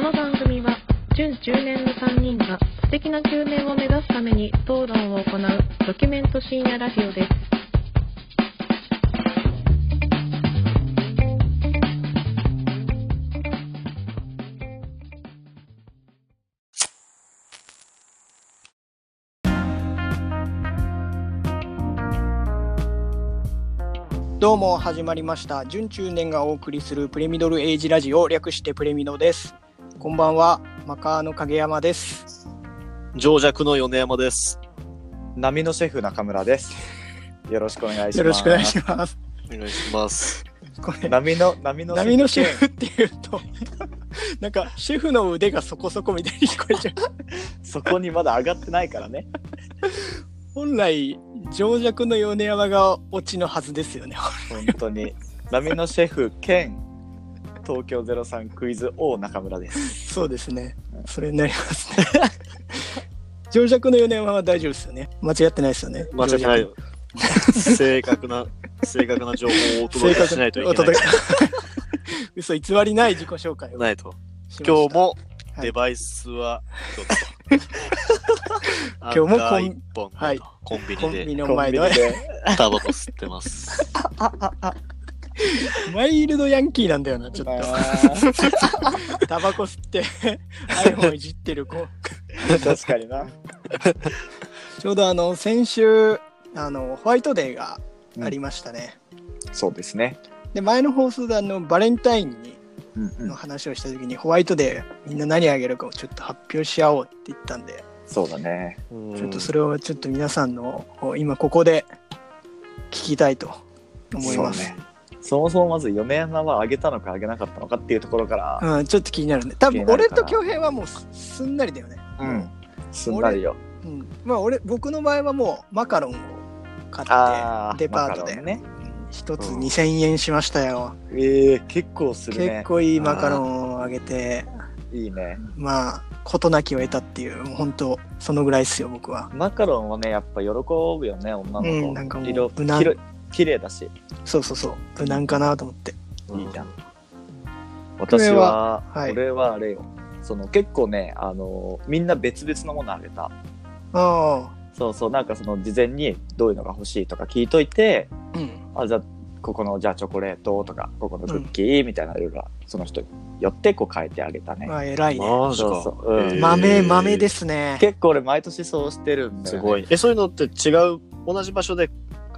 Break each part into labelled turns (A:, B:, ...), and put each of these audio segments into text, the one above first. A: の番組は準10年の3人が素敵な9年を目指すために討論を行うドキュメント深夜ラジオです
B: どうも始まりました準中年がお送りするプレミドルエイジラジオ略してプレミドですこんばんはマカーの影山です
C: 情弱の米山です。
D: 波のシェフ中村です。よろしくお願いします。
B: よろしくお願いします
C: お願いします。
B: これ
D: 波の波の
B: 波のシェフっていうと なんかシェフの腕がそこそこみたいに聞こえちゃう
D: そこにまだ上がってないからね。
B: 本来情弱の米山がオチのはずですよね
D: 本当に波のシェフ兼東京ゼロ三クイズ王中村です。
B: そうですねそれになりますね情弱の米山は大丈夫ですよね間違ってないですよね
C: 間違ってないよ。正確な、正確な情報をお届けしないといけない。
B: 嘘偽りない自己紹介をしま
C: ないと。
B: した
C: 今日も
B: はい
C: デバイスは一つと。今
B: 日もコン
C: 一本だと、
B: はい
C: コンビ
B: コ
C: ニ
B: ンビ
C: で
B: ニの
D: コ
B: 前
D: ンビ
B: で
D: ニで
C: タバコ吸ってます。
B: マイルドヤンキーなんだよなちょっとタバコ吸って iPhone いじってる子
D: 確かにな。
B: ちょうどあの先週あのホワイトデーがありましたね、
D: そうですね。
B: で前の放送であのバレンタインに
D: うんう
B: の
D: ん。
B: 話をした時にホワイトデーみんな何あげるかをちょっと発表し合おうって言ったんで
D: そうだね。
B: ちょっとそれをちょっと皆さんのこう今ここで聞きたいと思います
D: そうね。そもそもまず米山は上げたのか上げなかったのかっていうところから、
B: うん、ちょっと気になるね多
D: 気
B: 分
D: になる
B: 俺
D: から
B: と恭平はもうすすんなりだよね
D: うん、すんなりよ。
B: うん、まあ俺僕の場合はもうマカロンを買
D: あ
B: っ
D: ー
B: てデパートで
D: マカロンね。
B: 一つ
C: うん
B: 2000円しましたよ、
D: ええ結構する
B: 結
D: ね。
B: 構いいマカロンをあげて
D: いいね。
B: まあ事なきを得たっていうもう本当そのぐらいっすよ僕は
D: マカロンはねやっぱ喜ぶよね女の子、
B: うんなんかもう
D: 色
B: 無難
D: きれ綺麗だし
B: そうそうそう無難かなと思って
C: うん
D: いいじゃん
B: これ
D: 私は
B: はい
D: 俺はあれよその結構ねあのみんな別々のものあげた
B: あ
D: そうそうなんかその事前にどういうのが欲しいとか聞いといて
B: あうん
D: あじゃあここのじゃあチョコレートとかここのクッキーみたいな色が、その人によってこう変えてあげたね、
B: まあ偉いね
C: マジ
D: そう
C: か
D: そううん。
C: えー
B: 豆豆ですね
D: 結構俺毎年そうしてるんだ
C: す
D: よ、ね、
C: ごい。え、そういうのって違う、同じ場所で、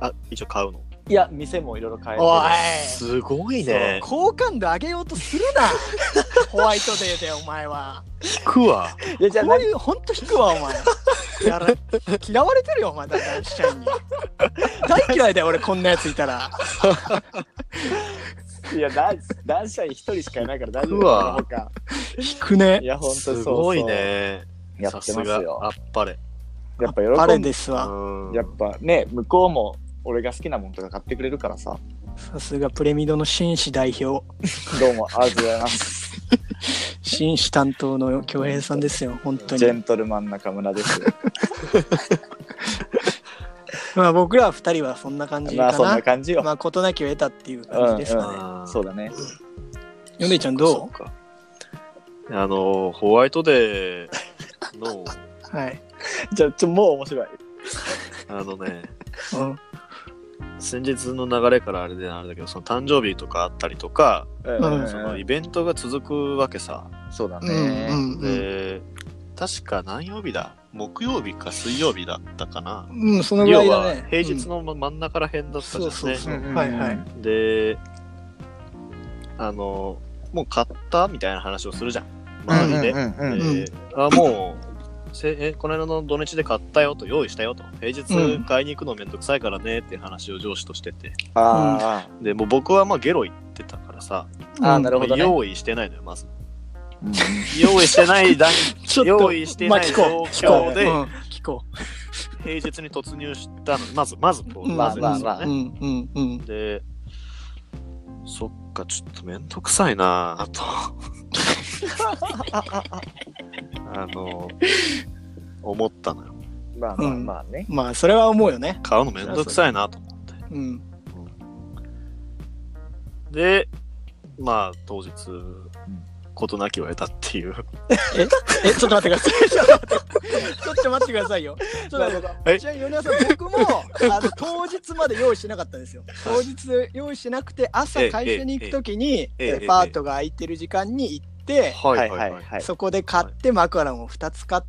C: あ、一応買うの。
D: いや店もいろいろ変えて
B: おい
C: すごいね。
B: 好感度上げようとするな ホワイトデーでお前は
C: 聞くわ。
D: るいやじゃあ
B: こういうほんと引くわお 前やら嫌われてるよお前だんだん社員に 大嫌いだよ俺こんなやついたら
D: いや、男男子社員一人しかいないから大丈
C: う
D: 夫
C: わ
D: だか
B: 引くね
D: い や、本当そうそう。
C: すごい。ね。
D: やってま
C: さ
D: す
C: すがあ
D: よ
C: っ。ぱれ。
D: やっぱ
B: あ
D: 喜
B: れ
D: んで。
B: ですわ
C: うん
D: やっぱね、向こうも俺が好きなもんとか買ってくれるからさ。
B: さすがプレミドの紳士代表
D: どうも、ありがとうございます。
B: 紳士担当の恭平さんですよ本当
D: ジェ
B: に
D: ントルマン中村です。
B: まあ僕ら二人はそんな感じか
D: まあ、
B: な
D: そんな感じよ。
B: まあ事なきを得たっていう感じです
D: う
B: か
D: ん
B: ね、
C: あー
D: そうだね。
B: ヨネちゃん
C: そ
B: ど
C: っかあのホワイトデーの
B: うはい、
D: じゃあ、ちょ、もう面白い。
C: あのね
B: うん
C: 先日の流れからあれであれだけどその誕生日とかあったりとか、
D: うんうん
C: そのイベントが続くわけさ、
D: そうだ
B: う
D: ね。
B: んうん
C: で確か何曜日だ木曜日か水曜日だったかな
B: うん、うん、そのぐらい
C: 要
B: だ
C: は
B: ね
C: 平日の真ん中ら辺だったじゃんね、
B: そうそうそ
D: うんうん
B: はいはい
C: であのもう買ったみたいな話をするじゃん周りで、
D: うんうんうん
C: えーあもうせ えこの間の土日で買ったよと用意したよと平
B: う
C: 日
B: ん
C: 買いに行くのめんどくさいからねっていう話を上司としてて
D: あ
C: でもう僕はまあゲロ言ってたからさ、
B: うん
D: あーなるほどね
C: 用意してないのよまず
D: あ。
C: 用意してない段
B: ちょっと
C: 用意してない
B: まあ聞こう
C: 状況で
B: うん聞こ
C: 平日に突入したのまずまずこう
B: うん
D: まあまあまあ
B: ううんうんうん
C: でそっかちょっとめんどくさいなあ とあの思ったのよ
D: まあまあまあね。
B: まあそれは思うよね
C: 買うのめんどくさいなと思って
B: うん
C: で、まあ、当日、事なきを得たっていう。
B: え、ちょっと待ってくだ さい。ちょっと待ってちょっと待ってくださいよ。ちょっと待ってくださ。
C: はいい
B: じゃあ、米田さん、僕も、あの、当日まで用意してなかったんですよ。当日用意してなくて、朝
C: ええ
B: 会社に行くときに、
C: ええええ
B: デパートが空いてる時間に行って、
C: は
D: はいはいはい。
B: そこで買って、マクランを2つ買って、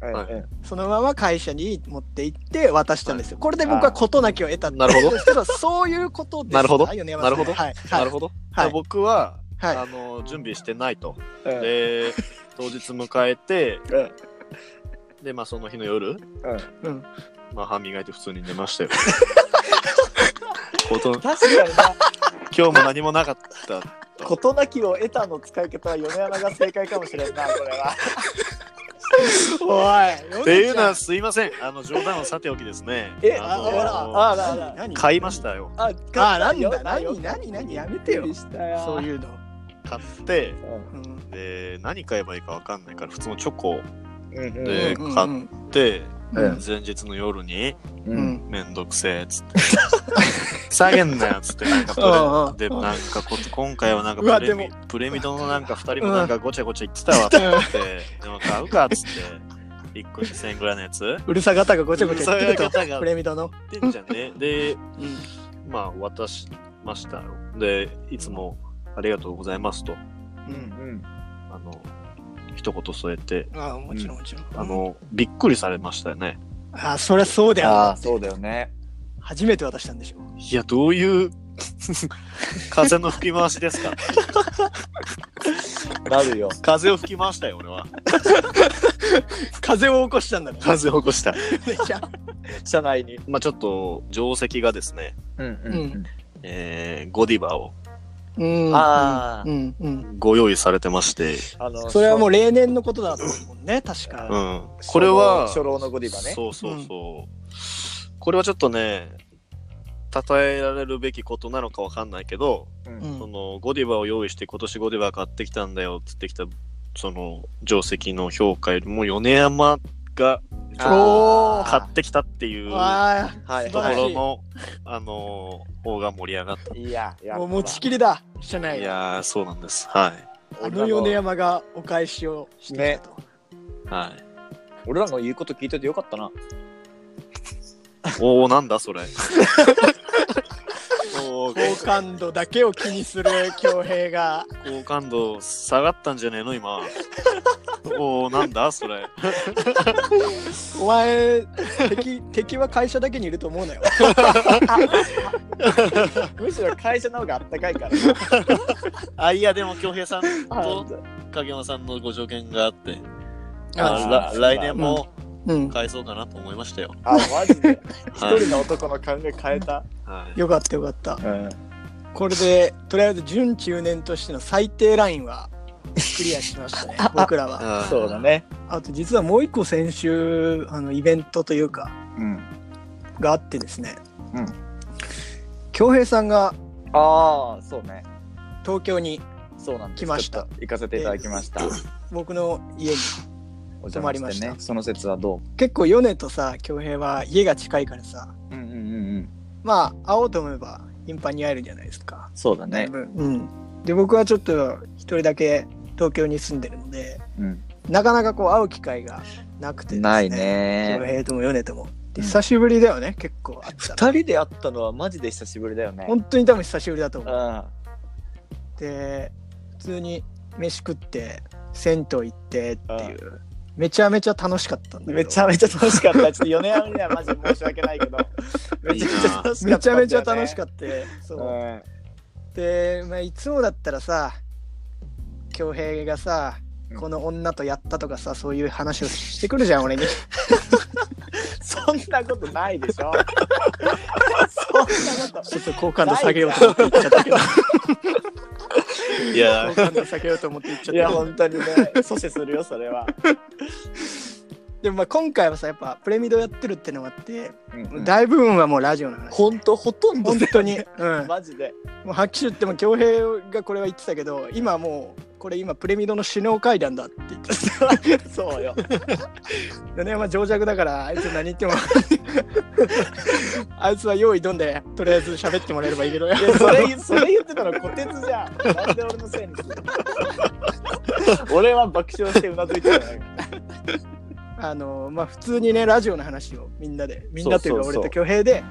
D: うんうん
B: そのまま会社に持って行って渡したんですよ。これで僕は事なきを得たん
C: なるほど
B: ですけど、そういうことです。
C: なるほど
B: はい米山さ
C: なんるほど
B: はい。
C: な
B: ほ
C: るほど。
B: はい
C: 僕は、
B: ど。はい。
C: あの準備してないと。
D: うん
C: で、当日迎えて、
D: うん
C: で、まあその日の夜、
D: うん
B: うん。
C: まあ歯磨いて普通に寝ました よ。こと
D: 確かにな。
C: 今日も何もなかった。
D: 事なきを得たの使い方は米山が正解かもしれんな、これは。
B: おい。
C: っていうの
B: 米
C: はすいません。あの冗談はさておきですね。
D: え、
C: あ
D: あ
C: の
D: ら、あら、あら。
B: 何
C: 買いましたよ。
D: あ、
B: あな
D: 買
B: ん
D: ったよ
B: だ、何、何、何、やめてよ
D: びっく。りしたよ
B: そういうの。
C: 買って、
B: うん
C: で何買えばいいかわかんないから普通のチョコを
D: うんうん
C: で
B: うん
C: 買っ
B: うん
C: 買って、
D: うん
C: 前日の夜に
D: う
B: うんん。
C: めんどくせえっつって。 下げんなよっつってなんかプ
B: うんうん
C: レでなんかこ今回はなん
B: うわ
C: かプレ
B: で
C: ミプレミドのなんか2人もなんかごちゃごちゃ言ってたわって思ってでも買うかっつって1個2000円ぐらいのやつ
B: うるさ方がごちゃごちゃ言ってる
C: うるさ方
B: と、
C: が
B: プレミドの。
C: でじゃんねでまあ渡しましたよでいつもありがとうございますと
B: うん。
C: あの一言添えて
B: ああ、もちろん、もちろん。
C: あ、のびっくりされましたよね
B: ああ、そりゃそうだよ。
D: ああ、そうだよね。
B: 初めて渡したんでしょ。
C: いや、どういう 風の吹き回しですか
D: なるよ。
C: 風を吹き回したよ、俺は。
B: 風を起こしたんだね。
C: 風を起こした。
B: めちゃ
D: 社内に。
C: まあちょっと、定石がですね、
D: うん
B: うん
C: えー、ゴディバを
B: うん
D: あー
B: うん、うん。
C: ご用意されてまして、
D: あの
B: それはもう例年のことだと思うもんね、確か。
C: うん。これは、
D: 初老のゴディバね。
C: そうそうそう。これはちょっとね、称えられるべきことなのかわかんないけど、
D: うん
B: うん
C: そのゴディバを用意して今年ゴディバ買ってきたんだよってってきたその定石の評価よりも米山が
B: おー
C: 買ってきたっていう
B: わ
D: はい
C: とこ
B: 素晴らし
C: ろ
D: は
C: の、あのー方が盛り上がっ
D: い。いや、い
B: あ、
D: や
B: もう持ちきりだ、社
C: た。い
B: 内が。
C: やー、そうなんです。はい。
B: あの米山がお返しをしてきたと。
C: はい。
D: 俺らの言うこと聞いててよかっ たな。
C: おー、なんだ それ。おー、
B: 好感度だけを気にする恭平が。
C: 好感度下がったんじゃねえの今。おー、なんだそれ。
B: お前敵敵は会社だけにいると思うなよ。
D: むしろ会社の方があったかいから。
C: あ、いや、でも、京平さんと
D: あ
C: 影山さんのご条件があって、
D: あ
C: あ
D: ー
C: ら来年も
B: うん、
C: 返そうかなと思いましたよ。
D: あ、マジで。
C: はい
D: 一人の男の考え変えた。
C: はい。
B: よかったよかった。
D: うん。
B: これでとりあえず準中年としての最低ラインはクリアしま したね僕らは。
C: あー
D: そうだ。ね。
B: あと実はもう一個先週あのイベントというか
D: うん。
B: があってですね
D: うん
B: 恭平さんが
D: ああ、そうね。
B: 東京に
D: そうなんです。
B: 来ました
D: ちょっと行かせていただきました。
B: 僕の家に
D: お邪
B: 泊
D: 魔
B: まりま
D: し
B: して
D: ね
B: た。
D: その説はど
B: 結構米とさ恭平は家が近いからさ
D: ううんうんうんうん。
B: まあ会おうと思えば頻繁に会えるじゃないですか。
D: そうだね。
B: うん、で僕はちょっと一人だけ東京に住んでるので
D: うん。
B: なかなかこう会う機会がなくてです、
D: ない
B: 恭
D: ね。
B: 平とも米とも。で
D: うん
B: 久しぶりだよね、結構会ったの。
D: 二人で会ったのはマジで久しぶりだよね。
B: 本当に多分久しぶりだと
D: う
B: 思っ
D: ん。
B: て、普通に飯食って、銭湯行ってっていう、めちゃめちゃ楽しかったんだけど
D: めちゃめちゃ楽しかった。ちょっと4年半にはマジで申し訳ないけど。めちゃめちゃ楽しかったんだよね、
B: めちゃめちゃ楽しかった。そう
D: うん
B: で、まあ、いつもだったらさ、恭平がさ、
D: うん
B: この女とやったとかさ、そういう話をしてくるじゃん、俺に。
D: そんなことないでしょ。そんなこと。
B: ちょっと好感度下げようと思って言っちゃった けど、
C: いや
B: 好
C: ー、
B: 感度下げようと思って言っちゃった
D: い
B: け
D: や、
B: ど。
D: 本当にね、阻止するよ、それは。
B: でもまあ今回はさ、やっぱプレミドやってるってのもあって、
D: うん
B: 大部分はもうラジオの話。
D: 本当、ほとんど
B: 本
D: で、
B: 当 に。うん。
D: マジで。
B: もう拍手ってもう恭平がこれは言ってたけど、今はもう、これ今プレミドの首脳会談だって言ってた。
D: そうよ。
B: 米山情弱だから、あいつ何言 っても。あいつは用意どんで、とりあえず喋ってもらえればいいけどよ
D: い。や、それ、それ言ってたの、虎鉄じゃん。なんで俺のせいにするの。俺は爆笑してうなずいてる
B: あのまあ普通にねラジオの話をみんなでみんなというか俺
D: そうそうそう
B: と挙兵で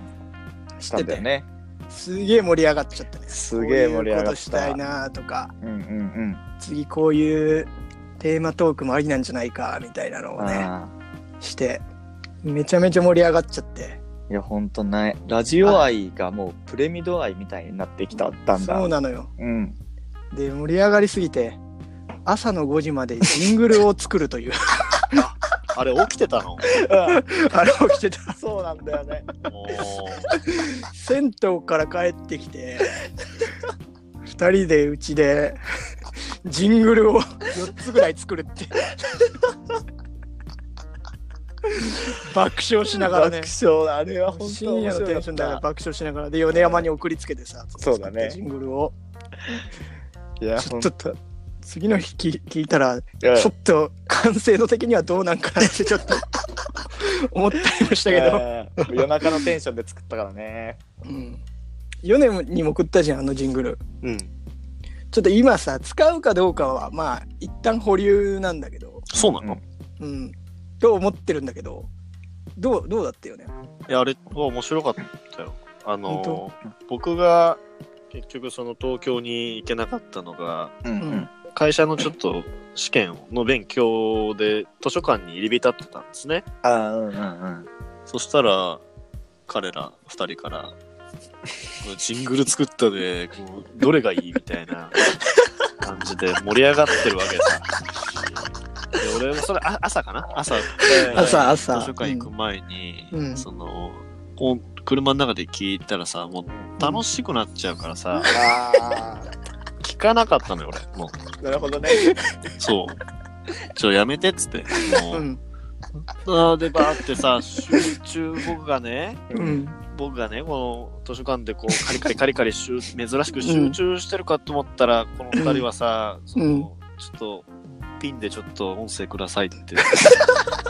B: し
D: した
B: て
D: んだ
B: て、
D: よね。
B: すげえ盛り上がっちゃったね
D: すげえ盛り上
B: こういう
D: が
B: こ
D: っ
B: とした
D: た。
B: いなとか
D: うんうんうん。
B: 次こういうテーマトークもありなんじゃないかみたいなのをね
D: あ
B: してめちゃめちゃ盛り上がっちゃって
D: ーいや、ほんとない。ラジオ愛がもうプレミド愛みたいになってきた、だんだん。
B: そうなのよ
D: うん。
B: で盛り上がりすぎて朝の5時までジングルを作る という
C: あれ起きてたのも
B: あれをしてた
D: そうなんだよね。
C: う
B: 銭湯から帰ってきて二人でうちでジングルを4つぐらい作るって爆笑しながらね
D: 爆笑、あれは本当
B: 深夜のテンションだから爆笑しながらで米山に送りつけてさ
D: そうだね
B: ジングルを
D: いや、
B: ち
D: ほ
B: ょ
D: ん
B: ち
D: と
B: ょっと次の日聞聞いたら
D: いや
B: ちょっと完成度的にはどうなんかなってちょっと思ったりもしたけど、
D: うん夜中のテンションで作ったからね。
B: うん、米にも送ったじゃんあのジングル
C: ん。
B: ちょっと今さ使うかどうかはまあ一旦保留なんだけど
C: そうなの、
D: うん
C: い
B: うんと思ってるんだけどどうどうだったよね
C: や、あれは面白かったよ。あの
B: 本、
C: 僕が結局その東京に行けなかったのが、
D: うん
B: うん
C: 会社のちょっと試験の勉強で図書館に入り浸ってたんですね。
D: ああ、うんうん
C: そしたら、彼ら二人から、ジングル作ったで、もうどれがいいみたいな感じで盛り上がってるわけさ。で俺もそれあ朝かな朝
B: 朝朝
C: 図書館行く前に、
B: うん
C: そのこう車の中で聞いたらさもう楽しくなっちゃうからさ、
D: あ
C: 聞かなかったのよ俺も
D: あ、なるほどね。
C: うそうちょやめてっつっても
B: う
C: うんあーでバーってさ集中僕がね
B: うん
C: 僕がねこの図書館でこうカリカリカリカリしゅ珍しく集中してるかと思ったら、この二人はさ、その
B: うん
C: ちょっとピンでちょっと音声くださいって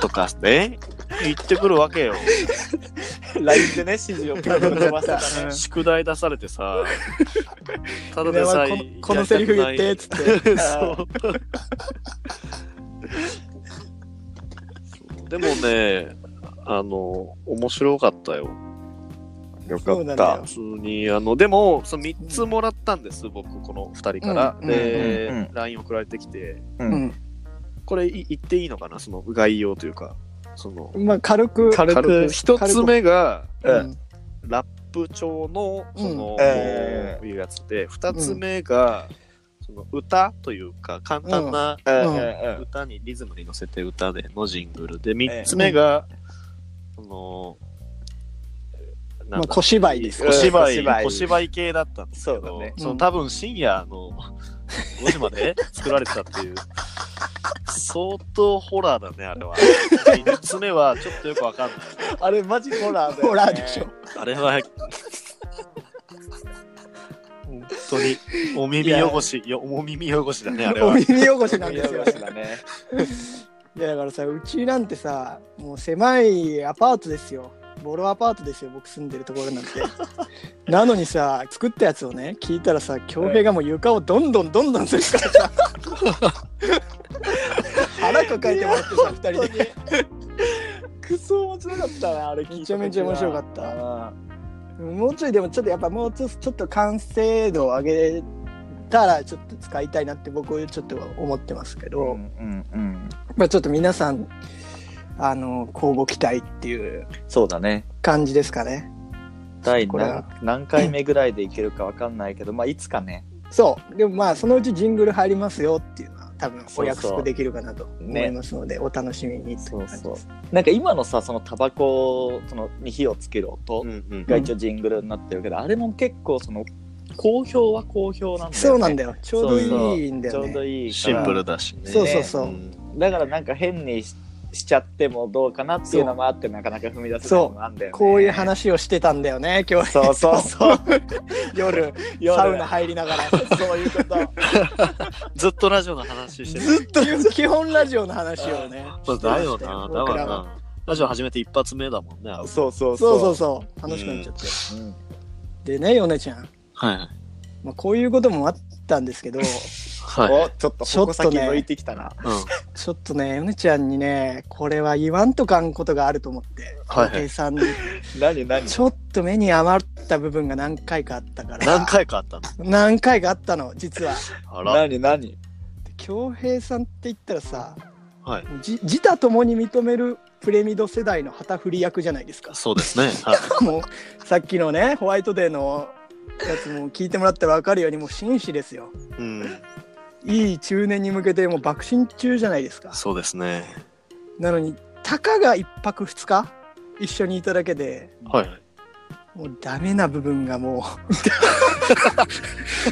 C: とかね言ってくるわけよ
D: LINE でね、指示をピンと伸ばした
B: う
D: ね
B: ん。
C: 宿題出され てさただ
B: 米
C: でさ
B: 山
C: え
B: このこのセリフ言ってっつって
C: やりたくないそう でもねあの面白かったよ
D: よ
B: そうなんだよ
C: 普通にあのでもその3つもらったんです、僕この2人から、
B: うん
C: で、
D: うんうん
C: LINE 送られてきて
B: う
D: う。
B: んん
C: これい言っていいのかなその概要というかその
B: まあ軽く
D: 軽く
C: 1つ目が
B: うん
C: ラップ調のその、
B: うん
C: こう
D: え
C: いうやつで2つ目が、その歌というか簡単な
D: うんうんうん
C: 歌にリズムに乗せて歌でのジングルで3つ目が、その
B: ま
C: なん
B: あ
C: だ
B: 小芝居です
C: 小芝居
D: 小芝居
C: 小芝居系だったんですけど
D: そうだね
C: そうの
B: ん
C: 多分深夜の5時まで作られてたって いう相当ホラーだねあれは3つ目はちょっとよくわかんない
D: あれ、マジホラーだよね。
B: ホラーでしょ。
C: あれは本当にお耳汚しよお耳汚しだねあれ
B: お
C: は
B: 耳汚しなん
D: 見
B: で
D: よ
B: すよ
D: うしだね。
B: いやだからさうちなんてさもう狭いアパートですよボロアパートですよ僕住んでるところなんてなのにさ作ったやつをね聞いたらさ恭平がもう床をどんどんどんどんするからさ腹抱えてもらってさ2人で
D: クソ面白かったな、あれ聞いた時は。
B: めちゃめちゃ面白かった
D: た。
B: もうちょいでもちょっとやっぱもうちょちょっと完成度を上げたらちょっと使いたいなって僕はちょっと思ってますけ
D: う
B: ど、
D: んうんうん。
B: まあちょっと皆さんあの交互期待っていう
D: そうだね。
B: 感じですかね
D: 第
B: これは
D: 何何回目ぐらいでいけるかわかんないけど、まあ、いつかね。
B: そうでもまあそのうちジングル入りますよっていうのは多分お
D: そうそう
B: 約束できるかなと思
D: ね
B: いますのでお楽しみにっていう感じ
D: そう
B: で
D: そ
B: す
D: なんか今のさ、そのタバコそのに火をつける音
C: うんうん
D: が一応ジングルになってるけど、あれも結構その、好評は好評なんだよね。
B: そうなんだよちょうど
D: そう
B: いいんだ
D: ちょ
B: よ
D: うど
B: ね
D: いいか
C: シ
D: ら
C: ンプルだしね
B: そうそうそうん
D: だからなんか変にししちゃってもどうかなっていうのもあってなかなか踏み出せないのもあんだよね
B: こういう話をしてたんだよね今日
D: そうそうそう
B: 夜
D: 夜
B: サウナ入りながら
D: そういうこと
C: ずっとラジオの話してる
B: ずっと基本ラジオの話をね
C: そうだよな、だ
B: 僕
C: から
B: らは
C: な。ラジオ始めて一発目だもんね。はい
D: そうそう
B: そう
D: そ
B: そううそう楽しくなっちゃって
D: そう、うん
B: でねヨネちゃん、
C: はい。
B: まあ、こういうこともあったんですけど
C: はい。
D: おちょっと矛先向いてきたな、
C: うん。
B: ちょっとね、米ちゃんにね、これは言わんとかんことがあると思って、
C: はいはい
B: 計算
D: 何何
B: ちょっと目に余った部分が何回かあったから、
C: 何回かあったの
B: 何回かあったの、実は。
C: あら。
D: 何何
B: で恭平さんって言ったらさ、
C: はい。
B: じ自他ともに認めるプレミド世代の旗振り役じゃないですか。
C: そうですね。はい。
B: もうさっきのね、ホワイトデーのやつも聞いてもらって分かるように、もう紳士ですよ。
C: うん。
B: いい中年に向けて、もう爆心中じゃないですか。
C: そうですね。
B: なのに、たかが1泊2日一緒にいただけで、
C: はいはい。
B: もうダメな部分がも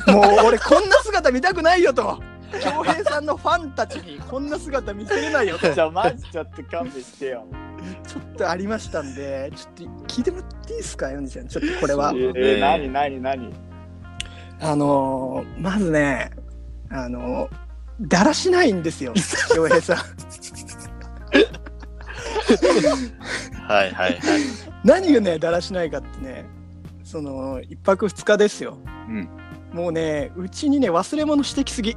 B: う もう俺こんな姿見たくないよと恭平さんのファンたちにこんな姿見せれないよとち
D: じゃあマジちょっと勘弁してよ
B: ょっとありましたんでちょっと聞いてもらっていいですかヨネちゃんちょっとこれは
C: そう
D: えー、何何何
B: あのーまずねあのーだらしないんですよ恭平さん
C: はいはいはい。
B: 何がねだらしないかってねその一泊二日ですよ
D: うん
B: もうねうちにね忘れ物してきすぎ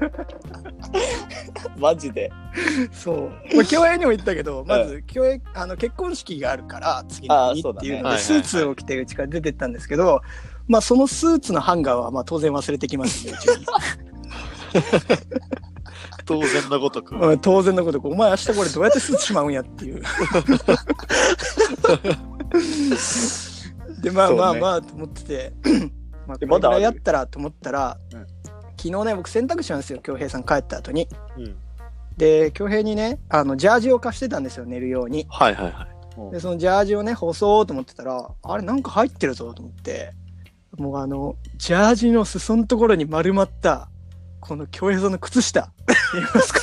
D: マジで
B: そう。まあ、競泳にも言ったけど、まず、競泳、あの、結婚式があるから、次の日にっていうの
C: あ
B: で、
C: ー
B: ス
C: そう
B: ー
C: だね
B: ツを着てうちから出てったんですけど、まあ、そのスーツのハンガーは、まあ、当然忘れてきますんで、うちに
C: 当然のごとく。
B: うん当然のこと、お前明日これどうやってスーツしまうんやっていう。で、まあ
D: そうね
B: まあまあ、と思って て、まあ、これ
D: えま
B: ぐ
D: だあ
B: ら
D: る
B: いやったらと思ったら、
D: うん
B: 昨日ね、僕選択肢なんですよ、恭平さん帰った後に。
C: うん。
B: で、恭平にね、あの、ジャージを貸してたんですよ、寝るように。
C: はいはいはい。
B: でそのジャージをね干そうと思ってたらあれなんか入ってるぞと思ってもうあのジャージの裾のところに丸まったこの京平さんの靴 下見えますか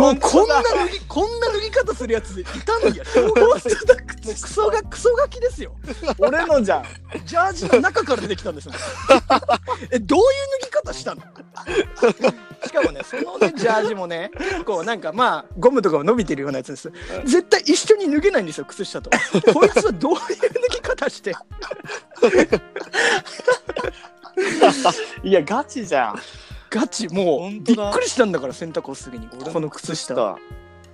B: もうこんな脱ぎこんな脱ぎ方するやついたのや小 学生だクソがクソガキですよ
D: 俺のじゃん
B: ジャージの中から出てきたんです もんえどういう脱ぎ方したのしかもねそのねジャージもね結構なんかまあゴムとかも伸びてるようなやつです絶対一緒に脱げないんですよ靴下とこいつはどういう脱ぎ方して
D: いやガチじゃん
B: ガチもう
C: 本
B: び
C: 当
B: っ
C: だ
B: くりしたんだから洗濯をすぐにこの靴下
D: 下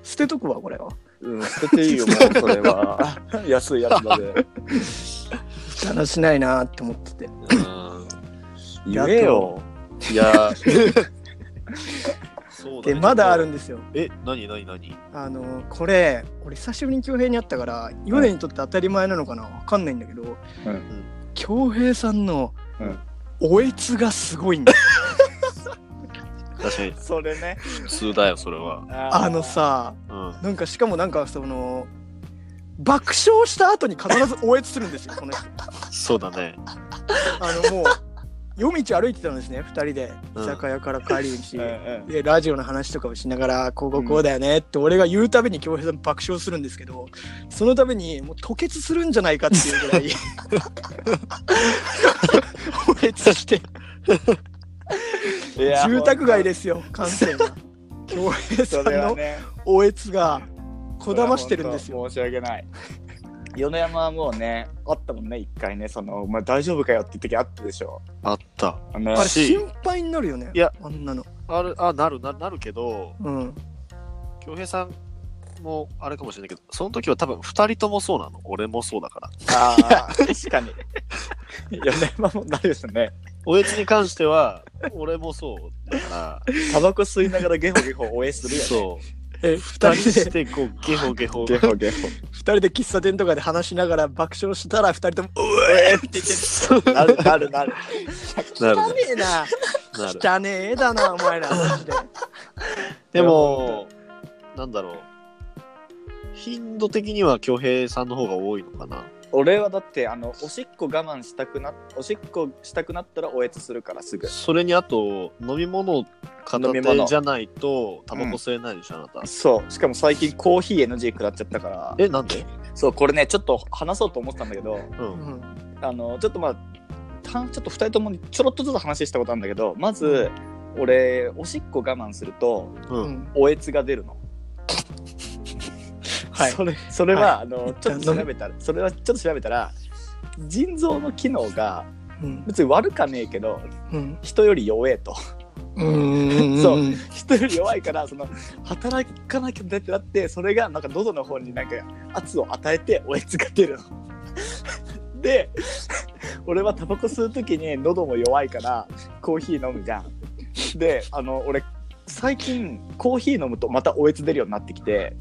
B: 捨てとくわこれは
D: うん捨てて いいよもうそれは 安いやつだで
B: だらしないなーって思ってて
C: うん。
D: 言えよ
C: いやー。そうだ
B: で
C: ね
B: まだある。んですよ
C: え、何何何
B: あのこれ俺久しぶりに恭平に会ったからヨネにとって当たり前なのかなわかんないんだけど
D: うん
B: 恭、平さんの
D: うん
B: おえつがすごいんだよ
C: 確かに
D: それね
C: 普通だよ、それは。
D: あ
B: あのさ
C: うん。
B: なんかしかもなんかその爆笑した後に必ずおえつするんですよこの人
C: そうだね。
B: あのもう夜道歩いてたんですね2人で
C: うん
B: 居酒屋から帰り道、
D: うんうん
B: でラジオの話とかをしながら「こうこうこうだよね」って俺が言うたびに京平さん爆笑するんですけどそのためにもう吐血するんじゃないかっていうぐらい 吐血して
D: いや
B: 住宅街ですよ感性が京平さ
D: そ
B: ん
D: れは
B: の
D: ね
B: おえつがこだましてるんですよ
D: 申し訳ない米山はもうねあったもんね一回ねその「お前大丈夫かよ」って時あったでしょ
C: あった。
D: あの
B: あれ
C: し
B: 心配になるよね
C: いや
B: あんなの
C: ある、あ、なる、ななるけど、
B: うん
C: 京平さんもあれかもしれないけど、その時は多分二人ともそうなの。俺もそうだから。
D: あー確かに米山もないですね
C: おやつに関しては、俺もそうだから。
D: タバコ吸いながらゲホゲホ応援するよね
C: そう。
B: え
C: 二
B: 2
C: 人
B: 人
C: し
B: で
C: て、こう、ゲホゲホ。
D: ゲホゲホ
B: 2人で喫茶店とかで話しながら爆笑したら2人とも「うえ!」って言って
D: なるなるなる
C: な
B: 汚
C: る
B: ねえ
C: ね。
B: な
C: なる。
B: 汚ねえだなお前らマジで
C: でも、なんだろう。頻度的には京平さんの方が多いのかな。
D: 俺はだってあのおしっこ我慢したくなおしっこしたくなったらおえつするからすぐ
C: それにあと、飲み物片
D: 飲み物
C: 手じゃないと、タバコ吸えないでしょ、あなた。
D: そうしかも最近コーヒー NG 食らっちゃったから
C: え、なんで
D: そうこれねちょっと話そうと思ってたんだけど
C: うん。
D: あのちょっとまあたちょっと2人ともにちょろっとずつ話したことあるんだけどまず俺おしっこ我慢すると
C: う。
B: うんん
D: おえつが出る の。
B: はい
D: それそれは、
B: は
D: あのちょっと調べたらそれはちょっと調べたら腎臓の機能が
B: うん
D: 別に悪かねえけど
B: うん
D: 人より弱えと
B: うん
D: そう人より弱いからその働かなきゃってなってそれがなんか喉の方になんか圧を与えておえつが出るの。 で俺はタバコ吸う時に喉も弱いからコーヒー飲むじゃん。であの俺最近コーヒー飲むとまたおえつ出るようになってきて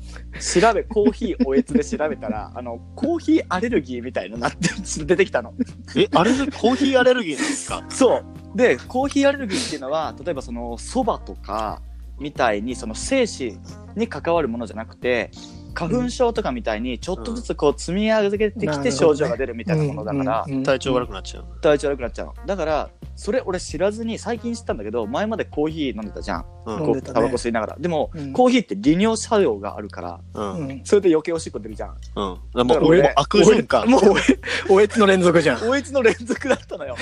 D: 調べコーヒーおえつで調べたらあのコーヒーアレルギーみたいなのなって 出てきたの。
C: え、あれコーヒーアレルギーなんですか
D: そうでコーヒーアレルギーっていうのは例えばそのそばとかみたいにその精子に関わるものじゃなくて花粉症とかみたいにちょっとずつこう積み上げて
B: なる
D: き
B: ほど
D: て
B: ね
D: 症状が出るみたいなものだから
B: うんうんうん
C: 体調悪くなっちゃう。
D: 体調悪くなっちゃうのだからそれ俺知らずに最近知ったんだけど前までコーヒー飲んでたじゃん
C: うん
B: 飲ん
D: こ
B: で
D: う
B: たね
D: タバコ吸いながらでも
B: うん
D: コーヒーって利尿作用があるから
C: うん。うん。
B: うん
D: それで余計おしっこ出るじゃん
C: もう俺も悪循環。
D: もう
B: おえつの連続じゃん
D: おえつの連続だったのよ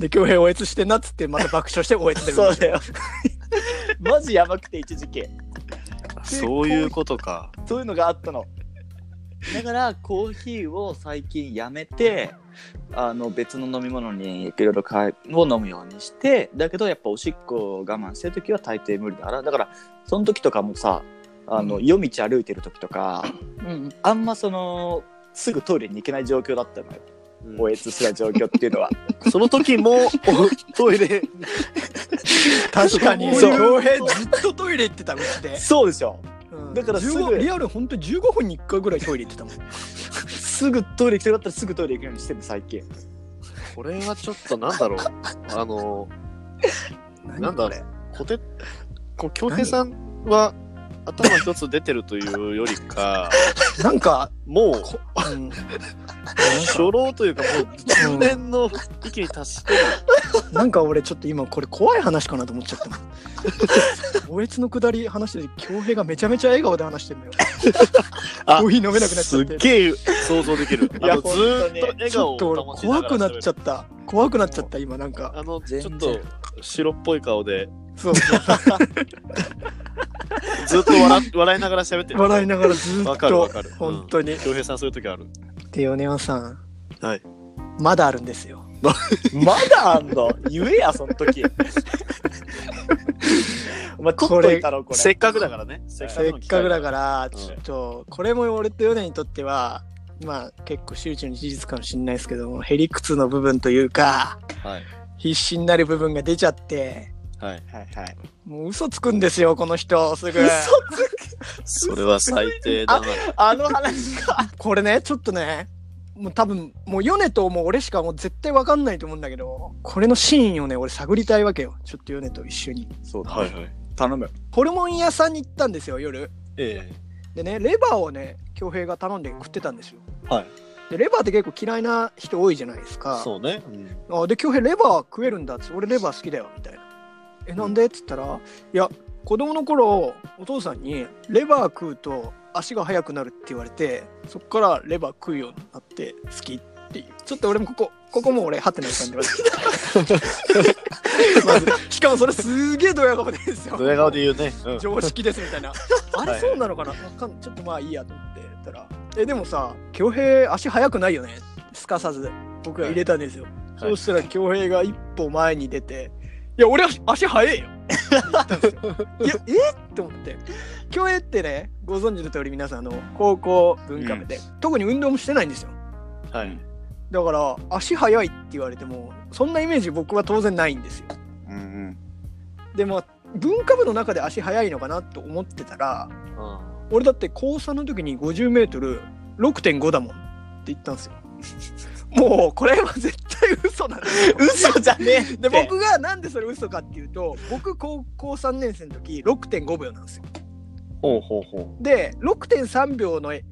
B: で恭平おえつしてんなっつってまた爆笑しておえつ 出るんでしょ
D: そうだよ マジやばくて一時期
C: そういうことか。
D: そういうのがあったの。だからコーヒーを最近やめてあの別の飲み物にいろいろ変えを飲むようにしてだけどやっぱおしっこを我慢してる時は大抵無理だからだからその時とかもさあの、
B: うん
D: 夜道歩いてる時とか
B: うん
D: あんまそのすぐトイレに行けない状況だったのよ、
C: うん
D: おえつすら状況っていうの は
C: その時も おトイレ
B: 確かに
D: そ
B: 恭
D: う
B: 平ずっとトイレ行ってたうちで
D: そうでしょだからすぐ
B: 15リアル本当15分に1回ぐらいトイレ行ってたもん
D: すぐトイレ行きたくなったらすぐトイレ行くようにしてる最近
C: これはちょっとなんだろう。あの、なんだろう。こて、こう、京平さんは頭一つ出てるというよりか、
B: なんか、
C: もう、
B: うん
C: 初老というか、もう、中年の域に達してる。
B: なんか俺ちょっと今これ怖い話かなと思っちゃったもんおえつのくだり話してて恭平がめちゃめちゃ笑顔で話してんだよ
C: あ
B: コーヒー飲めなくなっちゃ
C: す
B: っ
C: ってげえ想像できる。
D: いや
C: あのずーっと笑
B: ちょ
C: 顔
B: っと
C: を
B: 俺
C: 保ちな
B: 怖
C: がら
B: くなっちゃった怖くなっちゃった今なんか
C: あの、ち
D: 全
C: ょっ
D: 然
C: と白っぽい顔で、
B: そうそう
C: ずっと笑 笑いながら喋ってる。
B: 笑いながらず
C: わ
B: っ
C: かるわ
B: と
C: かる。うん
B: 本当に
C: 京平さんそういう時ある。
B: で米山さん
C: はい
B: まだあるんですよ
D: まだあんの言えやその 時お前取っといたろこれ
C: せっかくだからね。せっ
B: せっかくだから
C: うん
B: ちょっとこれも俺と米にとってはまあ結構周知の事実かもしれないですけどもへりくつの部分というか
C: ら。はい。
B: 必死になる部分が出ちゃって
C: はい。
D: はいはい。
B: もう嘘つくんですよ、この人、すぐ。
C: それは最低だな。
D: あの話か。
B: これね、ちょっとね、もう多分、もうヨネともう俺しかもう絶対わかんないと思うんだけど、これのシーンをね、俺探りたいわけよ。ちょっとヨネと一緒に。
D: そう
C: はいはい。
D: 頼む。
B: ホルモン屋さんに行ったんですよ、夜。
C: え
B: でね、レバーをね、恭平が頼んで食ってたんですよ。
C: えはい。
B: で、レバーって結構嫌いな人多いじゃないですか。
C: そうね。うん
B: あで、恭平レバー食えるんだっつって俺レバー好きだよ、みたいな。え、なんでっつったら、いや、子供の頃、お父さんに、レバー食うと足が速くなるって言われて、そっからレバー食うようになって好きっていう。ちょっと俺もここ、ここも俺、ハテナに感じます。 まずしかもそれすげえドヤ顔ですよ。
C: ドヤ顔で言うね。うん
B: 常識ですみ たいな。あれそうなのかなわかんちょっとまあいいやと思ってたら。え、でもさ、恭平足速くないよね。すかさず。僕が入れたんですよ。そうしたら恭平が一歩前に出て、いや、俺は足速いよ。 いや、えって思って。恭平ってね、ご存知の通り皆さん、あの、高校文化部で、特に運動もしてないんですよ。
C: はい。
B: だから、足速いって言われても、そんなイメージ僕は当然ないんですよ。
D: うんうん。
B: でも、文化部の中で足速いのかなと思ってたら、
C: うん
B: 俺だって高3の時に 50m6.5 だもんって言ったんですよ。 もうこれは絶対嘘なんですよ。
D: 嘘じゃねえ。
B: で僕がなんでそれ嘘かっていうと僕高校3年生の時6.5秒なんですよ。
C: ほうほうほ
B: で6.3秒のえ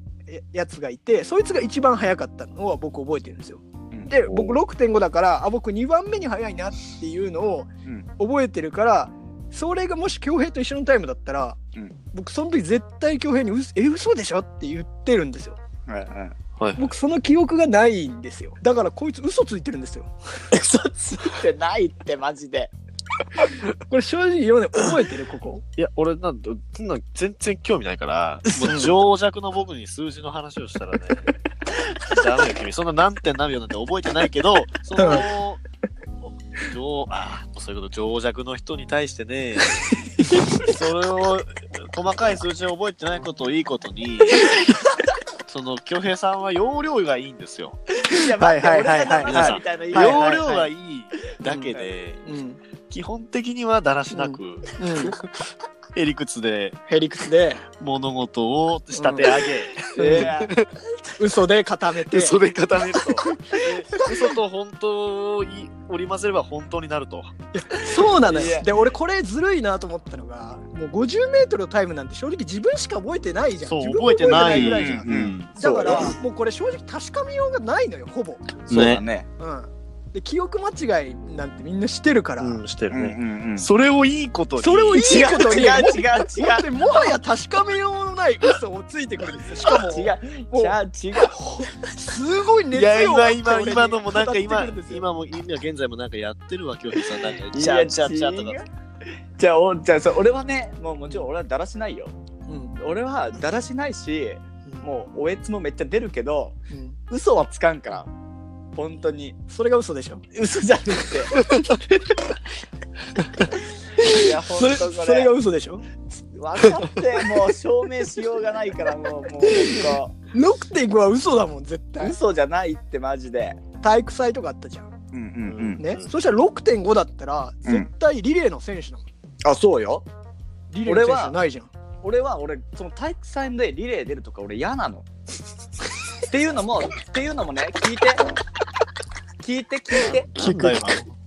B: やつがいてそいつが一番速かったのは僕覚えてるんですよ。で僕6.5だからあ僕2番目に速いなっていうのを
D: うん
B: 覚えてるから、それがもし恭平と一緒のタイムだったら、
D: うん
B: 僕その時絶対恭平に嘘「え嘘でしょ?」って言ってるんですよ。
D: はいはい。
C: う。はい。
B: 僕その記憶がないんですよだからこいつ嘘ついてるんですよ
D: 嘘ついてないってマジで。
B: これ正直読んで覚え てるここ
C: いや、俺なんて、 そんなん全然興味ないから、もう情弱の僕に数字の話をしたらね、ダメよ、君。そんな何点何秒なんて覚えてないけど、その、情あーそういうこと、情弱の人に対し てね、それを、細かい数字を覚えてないことをいいことに、その、京平さんは容量がいいんですよ。
D: いや、待って
B: はいはいはいはい
D: 俺がダメだみたいな言い
B: はい
D: 方
B: はい
C: 容量がいいだけで、
B: うん。
C: 基本的にはだらしなく、
B: うん。
C: へりくつで
B: ヘリクス で、
C: 物事を仕立て上げ、
B: え
D: や
B: 嘘で固めて。
C: で、それ固めると。で 嘘と本当をい織り交ぜれば本当になると。
B: そうなの
D: い
B: よ
D: や。
B: で、俺これずるいなと思ったのが、もう50メートルのタイムなんて正直自分しか覚えてないじゃん。
C: そう、
B: 自分も
C: 覚えてない。
B: ぐらいじゃん。
C: うん
B: だか
D: そう
B: ら、もうこれ正直確かめようがないのよ、ほぼ。
D: そうだね。
B: うん。で、記憶間違いなんてみんなしてるから。
C: うん、してるね。
D: ん
C: それをいいことに。
B: それをいい
D: 違う
B: ことに
D: 違う違う
B: だってもはや確かめようのない嘘をついてくるんですよ。しかも、
D: 違う違う違う
B: すごい熱
C: いや、
B: 量を持っ
C: 今、
B: て
C: 今、
B: 俺に
C: 今のもなんか
B: 語っ
C: 今
B: てくるんで、すよ
C: 今も、今現在もなんかやってるわ、京平さん。なんか、
D: い
C: ちゃ
D: や
C: ちゃちゃとか
D: 違。うじゃあおじゃあそう俺はねもうもちろん俺はだらしないよ
B: うん
D: 俺はだらしないしもうおえつもめっちゃ出るけど
B: うん
D: 嘘はつかんから本当に
B: それが嘘でしょ。
D: 嘘じゃ なくていや本
B: それ
D: 当これ
B: それが嘘でしょ。
D: 分かってもう証明しようがないからもうもう本
B: 6.5は嘘だもん絶
D: 当
B: 対
D: 嘘じゃないってマジで
B: 体育祭とかあったじゃん
D: うんうん
C: うん
B: ね、
C: うん
B: そしたら6.5だったら絶対リレーの選手なの、
D: あそうよ
B: リレーの選手じゃないじゃん
D: 俺は俺その体育祭でリレー出るとか俺嫌なのっていうのもっていうのもね聞いて聞いて聞いて
C: 聞く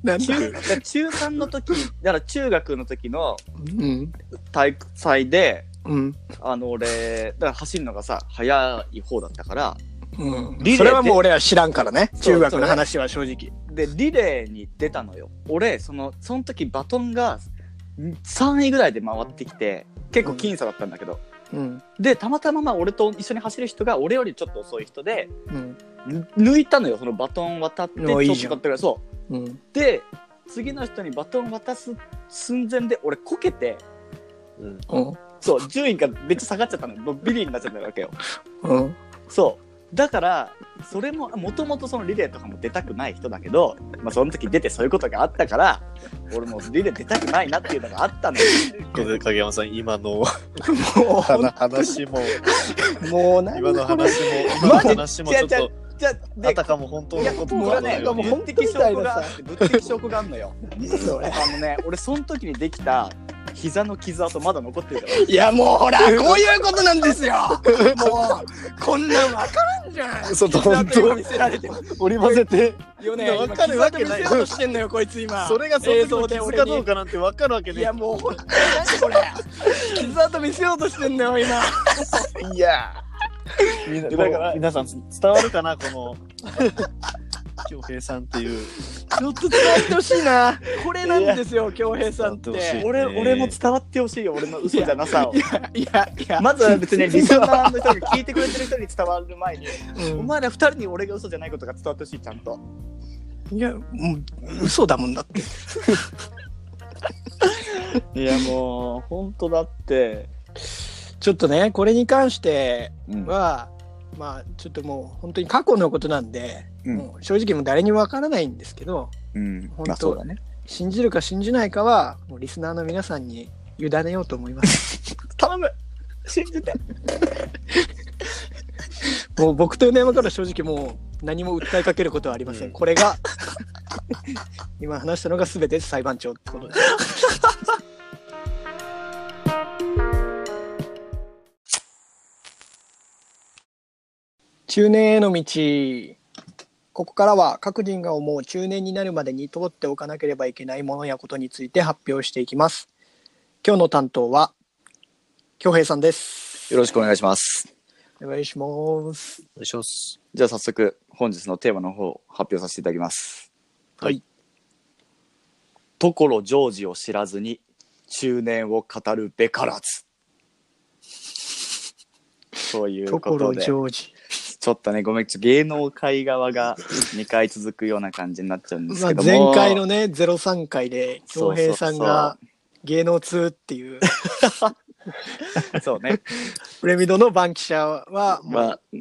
B: なんだ
D: 中中3の時だから中学の時の
B: うん
D: 体育祭で
B: うん
D: あの俺だから走るのがさ速い方だったから
B: うん
D: リレーで
B: それはもう俺は知らんからね
D: そう
B: 中学の話は正直
D: でリレーに出たのよ俺そのその時バトンが3位ぐらいで回ってきて結構僅差だったんだけど、
B: うん
D: でたまたままあ俺と一緒に走る人が俺よりちょっと遅い人で
B: うん
D: ぬ抜いたのよそのバトン渡ってちょ
B: おいい
D: っ
B: じゃ
D: と
B: ん
D: だったからそう
B: うん
D: で次の人にバトン渡す寸前で俺こけて
C: うん
B: うん
D: そう順位がめっちゃ下がっちゃったのもうビリになっちゃったわけよ
B: うん
D: そうだからそれももともとそのリレーとかも出たくない人だけど、まあ、その時出てそういうことがあったから俺もリレー出たくないなっていうのがあったのよ
C: これで影山さん、今の
B: も
C: 話も、
B: うもうな
C: 今の話も、今の話も、ちょっ
D: マジ
C: と、
D: じゃあ
C: あ
D: で
C: たかも本当
D: い
C: の
D: や
C: こと
D: 僕
C: か
D: は
C: の
D: ね
C: ように。
D: 物的証拠があって物的証拠があるのよ
B: それ
D: あのね俺その時にできた膝の傷跡まだ残ってるから
B: いやもうほらこういうことなんです よもうこんなん分からんじゃん
C: そう本当
B: 今見せられて
C: 織り交ぜて、
B: よね
C: そん
B: 今
C: な分かるわけ
B: 傷
C: ない
B: 跡見せようとしてんのよこいつ今
C: それがその
B: 映
C: 時
B: 像
C: の
B: で
C: 傷
B: 俺
C: か
B: に
C: どうかなんて分かるわけ
B: い
C: ね
B: やもう本当に何これ傷跡見せようとしてんだよ今
D: いや
C: えみんな
D: だから
C: 皆さん伝わるかな、 この、京平さんっていう。
B: ちょっと伝えてほしいなこれなんですよ恭平さんって
C: 伝わってほしい
B: い
D: 俺,、
C: えー
D: 俺も伝わってほしいよ俺の嘘じゃなさを
B: やいや、
D: まずは別にリスナーの人が聞いてくれてる人に伝わる前に
B: うん
D: お前ら二人に俺が嘘じゃないことが伝わってほしいちゃんと
B: いやもう嘘だもんだって
D: いやもう本当だって、
B: ちょっとねこれに関して
D: うん
B: はまあちょっともう本当に過去のことなんで、
D: うん
B: もう正直もう誰にもわからないんですけど
D: うん
B: 本当
D: まあそうだね
B: 信じるか信じないかはもうリスナーの皆さんに委ねようと思います
D: 頼む信じて
B: もう僕と米山から正直もう何も訴えかけることはありません、
C: うん
B: これが 今話したのが全て裁判長ってことです 中年への道ここからは各人が思う中年になるまでに通っておかなければいけないものやことについて発表していきます今日の担当は京平さんです
D: よろしくお願いします
B: お願いします
C: お願いします。
D: じゃあ早速本日のテーマの方を発表させていただきます
B: はい
D: 所ジョージを知らずに中年を語るべからずそういうこと
B: 所
D: で
B: ジョージ
D: ちょっとねごめんちょっと芸能界側が2回続くような感じになっちゃうんです
B: まあ、
D: けども、
B: 前回のね03回で
D: そ
B: 恭
D: うそうそう
B: 平さんが芸能通っていう
D: そうね
B: プレミドの番記者はもう
D: まあち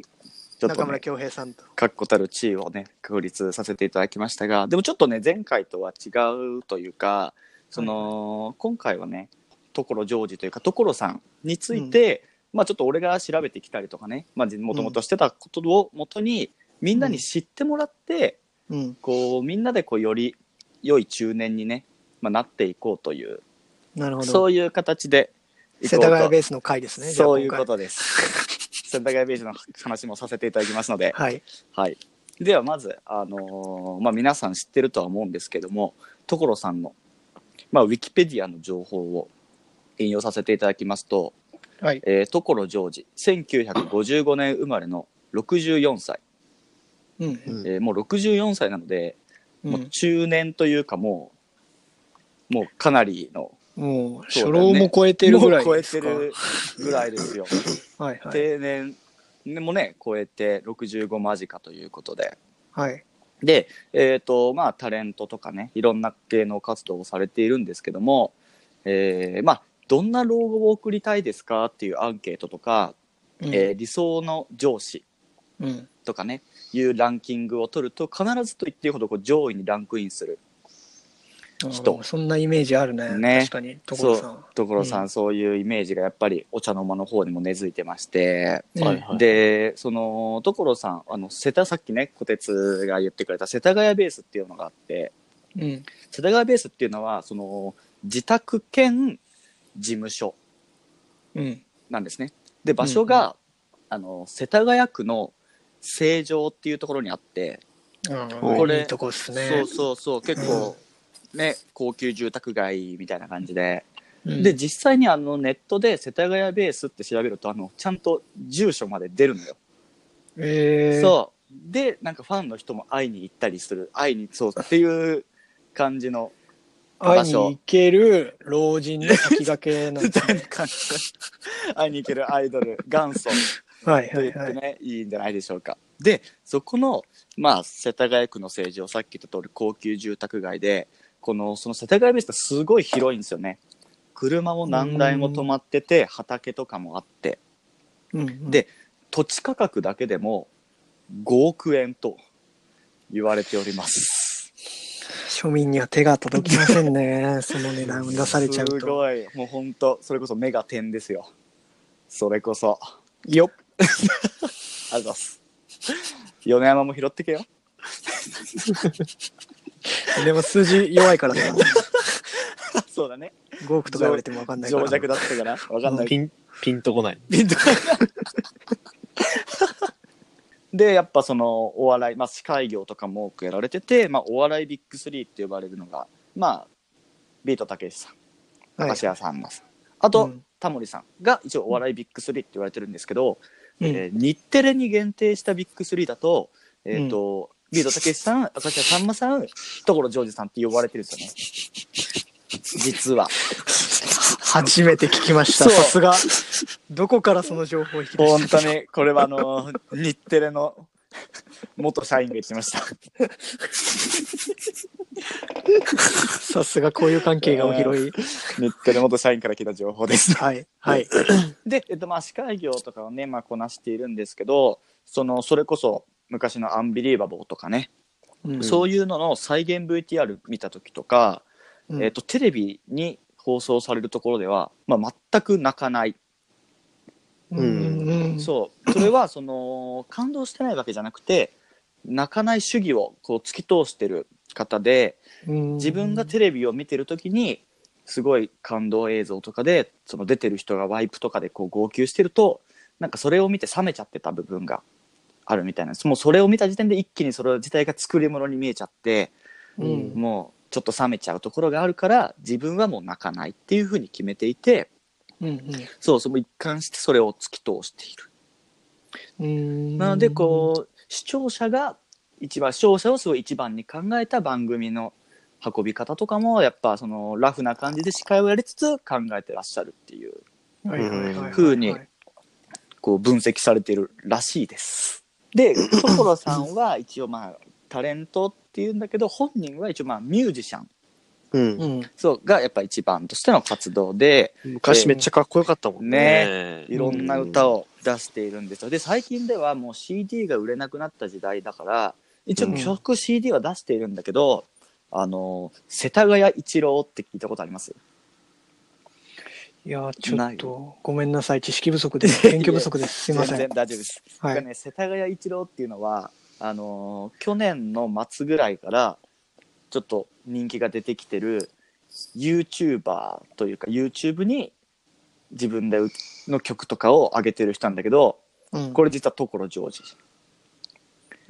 D: ちょっ
B: 中
D: と、
B: 村
D: ね、
B: 恭平さんと。
D: 確固たる地位をね確立させていただきましたがでもちょっとね前回とは違うというかその、今回はね所ジョージというか所さんについて、まあちょっと俺が調べてきたりとかねまあもともとしてたことをもとに、みんなに知ってもらって、
B: うん。
D: こうみんなでこうより良い中年にね、まあ、なっていこうという
B: なるほ
D: そ
B: ど。
D: ういう形でいこ
B: 世
D: う
B: 田谷ベ
D: と
B: ースの回ですね。じゃあ
D: そういうこ
B: 今
D: とです 世田谷ベースの話もさせていただきますので
B: 回、はい。
D: はい、ではまず、あのーまあ、皆さん知ってるとは思うんですけども所さんの、まあ、ウィキペディアの情報を引用させていただきますと、
B: はい。
D: えー、所ジョージ1955年生まれの64歳、
B: うん。
C: うん
D: えーもう64歳なので
B: う
D: もうん中年というかもう、もうかなりの、
B: もう、初
D: そうだね
B: 老も超えてるぐらい
D: もう超
B: で
D: え
B: す
D: て
B: か。
D: るぐらいですよ。
B: はいはい。
D: 定年もね、超えて65間近ということで。
B: はい。
D: で、えっ、と、まあ、タレントとかね、いろんな芸能活動をされているんですけども、えーまあ、どんな老後を送りたいですかっていうアンケートとか、
B: うん
D: えー理想の上司
B: うん。
D: とかねいうランキングを取ると必ずと言っていいほどこう上位にランクインする人
B: あそんなイメージあるね。
D: ね
B: 確かに、所さん。
D: 所さん、
B: うん
D: そういうイメージがやっぱりお茶の間の方にも根付いてまして、
B: うん
C: はいはい
D: でその所さんあの世田さっきね小鉄が言ってくれた世田谷ベースっていうのがあって
B: うん。
D: 世田谷ベースっていうのはその自宅兼事務所
B: うん。
D: なんですねで場所が、あの世田谷区の成城っていうところにあって、
B: あー
C: こ
D: れ
B: いいとこっす
D: そ
B: ね
D: う。そうそう結構、ね高級住宅街みたいな感じで。
B: うん
D: で、実際にあのネットで世田谷ベースって調べるとあのちゃんと住所まで出るのよ、
B: えー
D: そうでなんかファンの人も会いに行ったりする会いにそうっていう感じの
B: 会いに行ける老人の先駆けなん
D: み
B: です
D: たいな感じ会いに行けるアイドル元祖
B: はい
D: と
B: はい
D: 言ってね、
B: はいい。
D: い、んじゃないでしょうかでそこの、まあ、世田谷区の政治をさっき言った通り高級住宅街でこのその世田谷ベースってすごい広いんですよね車も何台も止まってて畑とかもあって
B: うん
D: で土地価格だけでも5億円と言われております。
B: 庶民には手が届きませんね。その値段を出されちゃう
D: す
B: と。
D: ごい。もう本当それこそメガテンですよ。それこそ。 あ
B: よっ。
D: りがとうございます。米山も拾って けよ。
B: でも数字弱いからさ、
D: そうだね。
B: 5億とか言われても分かんないか
D: 情
B: ら。
D: 弱だったから。わかんない。
C: ピン、ピンとこない。
D: ピンとこない で、やっぱそのお笑い、まあ司会業とかも多くやられてて、まあお笑いビッグスリーって呼ばれるのが、まあ、ビートたけしさん。
B: はい
D: 明石家さんまさんあと、
B: うん
D: タモリさんが一応お笑いビッグ3って言われてるんですけど、
B: うん
D: えー日テレに限定したビッグ3だと,、えーとビートたけしさん明石家さんまさん所ジョージさんって呼ばれてるんですよね実は
B: 初めて聞きました。
D: そう
B: さすが。どこからその情報を引き出
D: 本
B: し
D: 当にこれはあのー日テレの元社員が言ってました
B: たさすがこういう関係がお広い。
D: 日テレ元社員から聞いた情報です
B: はい。はい。
D: で、えっと、まあ司会業とかをね、まあ、こなしているんですけどそのそれこそ昔の「アンビリーバボー」とかね
B: うん
D: そういうのの再現 VTR 見た時とか、
B: うん
D: えっとテレビに放送されるところでは、まあ、全く泣かない、
B: うんうん
D: そうそれはその感動してないわけじゃなくて泣かない主義をこう突き通してる方で
B: うん
D: 自分がテレビを見てる時にすごい感動映像とかでその出てる人がワイプとかでこう号泣してるとなんかそれを見て冷めちゃってた部分があるみたいなんですもうそれを見た時点で一気にそれ自体が作り物に見えちゃって
B: うん
D: もうちょっと冷めちゃうところがあるから自分はもう泣かないっていうふうに決めていて
B: うん
D: そうそうもう一貫してそれを突き通している。
B: うん
D: なのでこう視聴者が一番視聴者をすごい一番に考えた番組の運び方とかもやっぱそのラフな感じで司会をやりつつ考えてらっしゃるっていう
B: う、はいはいはいはい
D: 風にこう分析されてるらしいです。 で所さんは一応まあタレントっていうんだけど本人は一応まあミュージシャン
C: うん
B: う。ん。
D: そうがやっぱ一番としての活動で
C: 昔めっちゃかっこよかったもんね。
D: いろんな歌を出しているんですよで最近ではもう CD が売れなくなった時代だから一応
B: うん
D: 曲 CD は出しているんだけど、あの世田谷一郎って聞いたことあります
B: いやーちょ
D: な
B: っ
D: い
B: とごめんなさい知識不足 です勉強不足ですすいませ
D: 全然
B: ん
D: 大丈夫です、
B: は
D: だ
B: い
D: からね世田谷一郎っていうのはあのー去年の末ぐらいからちょっと人気が出てきてる YouTuber というか YouTube に自分での曲とかを上げてる人なんだけど
B: うん
D: これ実は所ジョージ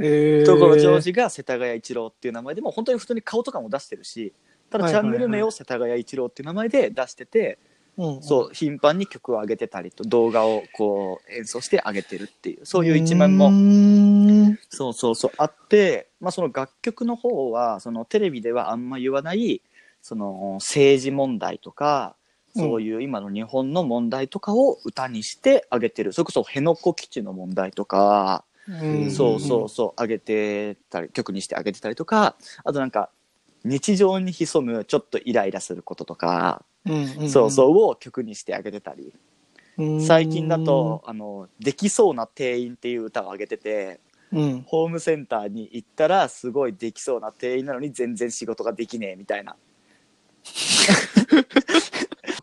B: えー
D: 所ジョージが世田谷一郎っていう名前でもう本当に普通に顔とかも出してるしただ
B: はい
D: チ
B: は
D: ャ
B: いはい
D: ンネル名を世田谷一郎っていう名前で出してて、
B: うん
D: そう頻繁に曲を上げてたりと動画をこう演奏して上げてるっていうそういう一面も
B: も
D: そうそうそうあって、まあ、その楽曲の方はそのテレビではあんま言わないその政治問題とかそういう今の日本の問題とかを歌にして上げてるそれこそ辺野古基地の問題とか
C: うん
D: そうそうそう上げてたり曲にして上げてたりとかあとなんか日常に潜むちょっとイライラすることとか、
B: うん
D: そうそうを曲にしてあげてたり
B: うん
D: 最近だと「あのできそうな店員」っていう歌を上げてて
B: うん
D: ホームセンターに行ったらすごいできそうな店員なのに全然仕事ができねえみたいな。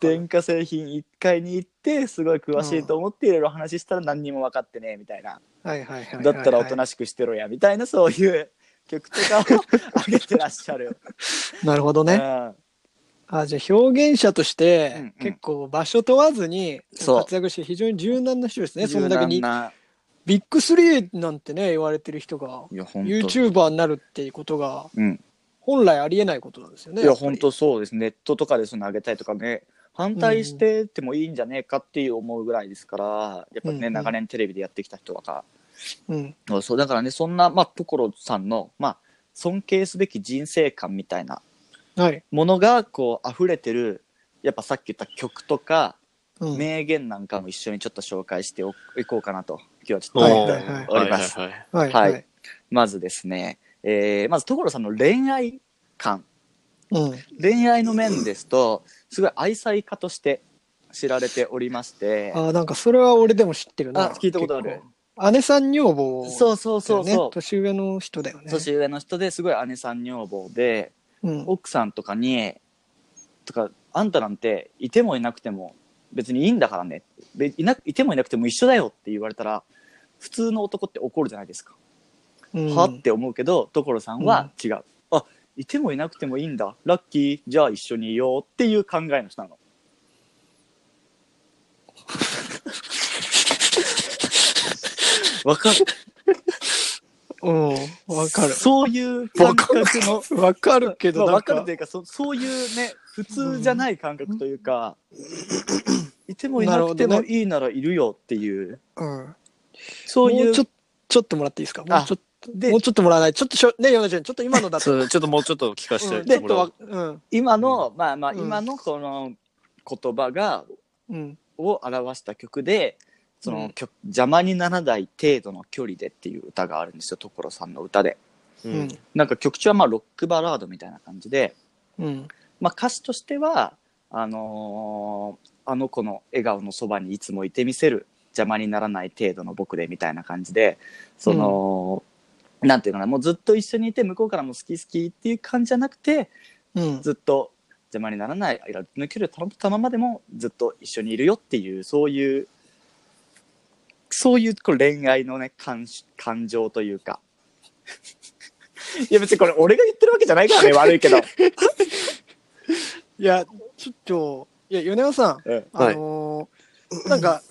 D: 電化製品1階に行ってすごい詳しいと思っていろいろ話したら何にも分かってねえみたいな
B: はいはいはいはい
D: だったらおとなしくしてろやみたいなそういう曲とかを上げてらっしゃる。
B: なるほど
D: う
B: ね
D: ん
B: あじゃあ表現者とし
D: うんうん
B: て結構場所問わずに
D: そう
B: 活躍して非常に柔軟な人ですねそんだけ
D: 柔軟
B: に
D: な
B: ビッグスリーなんてね言われてる人が
D: いや本当
B: YouTuber になるっていうことが
D: うん
B: 本来ありえないことなんですよね
D: いや
B: っぱり
D: 本当そうですネットとかでその上げたいとかね反対しててもいいんじゃねえかっていう思うぐらいですからやっぱね、
B: うんうん
D: 長年テレビでやってきた人だか
B: うん
D: らそうだからねそんな、まあ、所さんの、まあ、尊敬すべき人生観みたいな
B: はい
D: ものがこう溢れてるやっぱさっき言った曲とか、
B: うん
D: 名言なんかも一緒にちょっと紹介しておいこうかなと今日はちょ
C: お
D: っ
C: ー
D: と
B: はい
D: 思
B: はい
D: って
B: はい
D: おります。
C: はいはい
B: は
C: はい
B: い
D: は
B: はいい
D: まずですね、えーまず所さんの恋愛観
B: うん
D: 恋愛の面ですとすごい愛妻家として知られておりまして
B: あなんかそれは俺でも知ってるな
D: あ聞いたことある
B: 結構姉さん女房
D: そうそうそう
B: だよね
D: そ
B: 年上の人だよ
D: う
B: ね
D: 年上の人ですごい姉さん女房で
B: うん
D: 奥さんとかにとかあんたなんていてもいなくても別にいいんだからねでいないてもいなくても一緒だよって言われたら普通の男って怒るじゃないですか、
B: うん
D: はって思うけど所さんは違う、あいてもいなくてもいいんだラッキーじゃあ一緒にいようっていう考えの人 なのわかる
B: うんわかる
D: そういう感覚の。
B: わかるけど
D: まあ
B: な
D: わ
B: んか
D: かるというかそ、そういうね、普通じゃない感覚というか、いてもいなくて
B: なる
D: も
B: ほど
D: いいならいるよっていう、
B: うん
D: そうい
B: も
D: う。
B: うちょちょっともらっていいですかもう
D: あ
B: ちょっと
D: で
B: もうちょっともらわないちょっとしょねえヨナちゃんちょっと今のだと
C: そうちょっともうちょっと聞かせ
B: うん
C: て
B: ちょっ
C: も
B: と
C: らお
B: わ
C: う。
B: うん
D: 今の、まあまあ、
B: うん
D: 今のこの言葉が、
B: うん
D: を表した曲で、その、
B: うん
D: 曲邪魔にならない程度の距離でっていう歌があるんですよ、所さんの歌で。
C: う
B: うん
C: ん
D: なんか曲調はまあロックバラードみたいな感じで、
B: うん
D: まあ、歌詞としてはあのーあの子の笑顔のそばにいつもいてみせる邪魔にならない程度の僕でみたいな感じでその、なんていうのかなもうずっと一緒にいて向こうからも好き好きっていう感じじゃなくて
B: うん
D: ずっと邪魔にならないいや抜ける頼ったままでもずっと一緒にいるよっていうそういうそういうこう恋愛のね感し感情というか。 いや別にこれ俺が言ってるわけじゃない からね悪いけど。
B: いやちょっといや米山さん
D: うん
B: あ
C: はい
B: のーなんか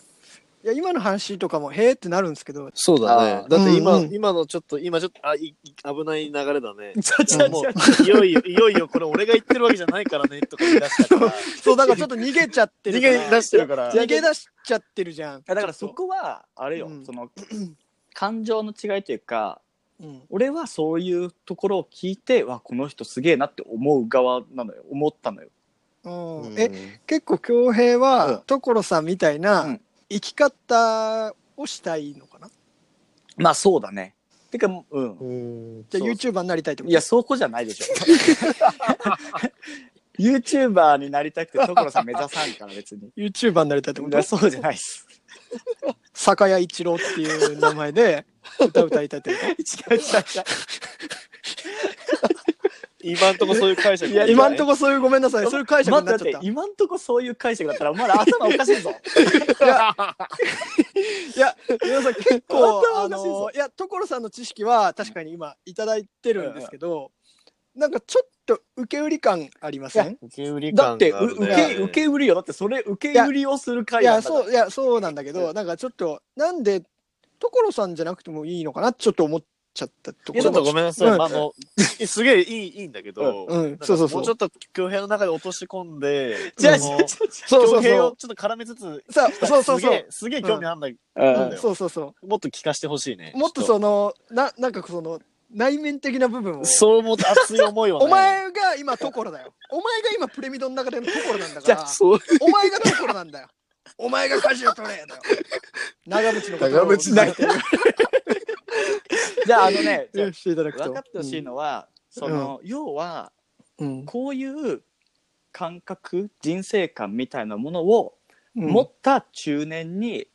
B: いや今の話とかもへえってなるんですけど
C: そうだ
D: あ
C: ね。
D: ー
C: だって今、
B: うんうん
C: 今のちょっと、今ちょっと、あ、いい危ない流れだね。
D: ちゃちゃち
C: も
D: ゃ
C: う、いよいよ、いよいよ、これ俺が言ってるわけじゃないからね、とか言い出したから。
B: そうだからちょっと逃げちゃってる
C: 逃
B: から
C: げ出してるから。
B: 逃げ出しちゃってるじゃん
D: いやだからそこはあれよ、
B: うん
D: その感情の違いというか
B: うん
D: 俺はそういうところを聞いてわこの人すげえなって思う側なのよ思ったのよ
B: うん
C: うん
B: え結構恭平
D: うん
B: は所さんみたいうなん生き方をしたいのかな
D: まあそうだねてかうん
C: うん。
B: じゃあ
D: そう
B: YouTuber になりたいってこ
D: い
B: と
D: やそこじゃない でしょ YouTuber になりたくて所さん目指さんから別に
B: YouTuber になりたいってこ
D: い
B: と
D: やそうじゃないです
B: 酒屋一郎っていう名前 で歌歌いたいってこ
D: 違う違う
C: 今んとこそういう解釈
D: いや
B: と今んと
C: こ
B: こそういうごめんなさいそういう解釈になっ
D: 待
B: ち
D: って
B: ゃ
D: 待
B: っ
D: ったて今んとこそういう解釈だったらお前ら頭おかしいぞ
B: いや皆さん結構
D: 本当は
B: あ
D: おかしいぞ
B: のいや所さんの知識は確かに今いただいてるんですけど、なんかちょっと受け売り感ありません
C: 受け売り
D: だっ
C: 感
D: て
C: があ
D: う
C: るね
D: 受け受け売りよだってそれ受け売りをする
B: い
D: 会なん
B: や
D: だから
B: そういやそうなんだけど、なんかちょっとなんで所さんじゃなくてもいいのかなってちょっと思っちゃったところ
C: ちょっとごめんなさい、
B: うん
C: あのすげえいいいいんだけど、
B: うんうん
C: なんか
B: そうそうそう
C: もうちょっと恭平の中で落とし込んで
D: じゃあ
C: あの
D: じゃあじゃ
B: そうそう
C: 恭平
B: そ
C: を
B: う
C: ちょっと絡めつつ
B: さ そうそう
C: す
B: そ
C: げ
B: う
C: えすげえ興味あんだ、
D: あ
C: な
B: うん
C: だ
B: ん
C: よ
B: そうそうそ
C: もっと聞かしてほしいね
B: うもっと
C: ちょ
B: そのななんかその内面的な部分を
C: とそう思うと熱い思いを、ね、
B: お前が今所だよお前が今プレミドの中での所なんだか
D: じゃ
B: ら
D: あそう
B: お前が所なんだよお前が舵を取 れだよ長渕のことを
C: 長渕
B: なんて
D: じゃああのねじゃあ
B: 言していただくと
D: 分かってほしいのは、その、要は
B: うん
D: こういう感覚人生観みたいなものを
B: うん
D: 持った中年に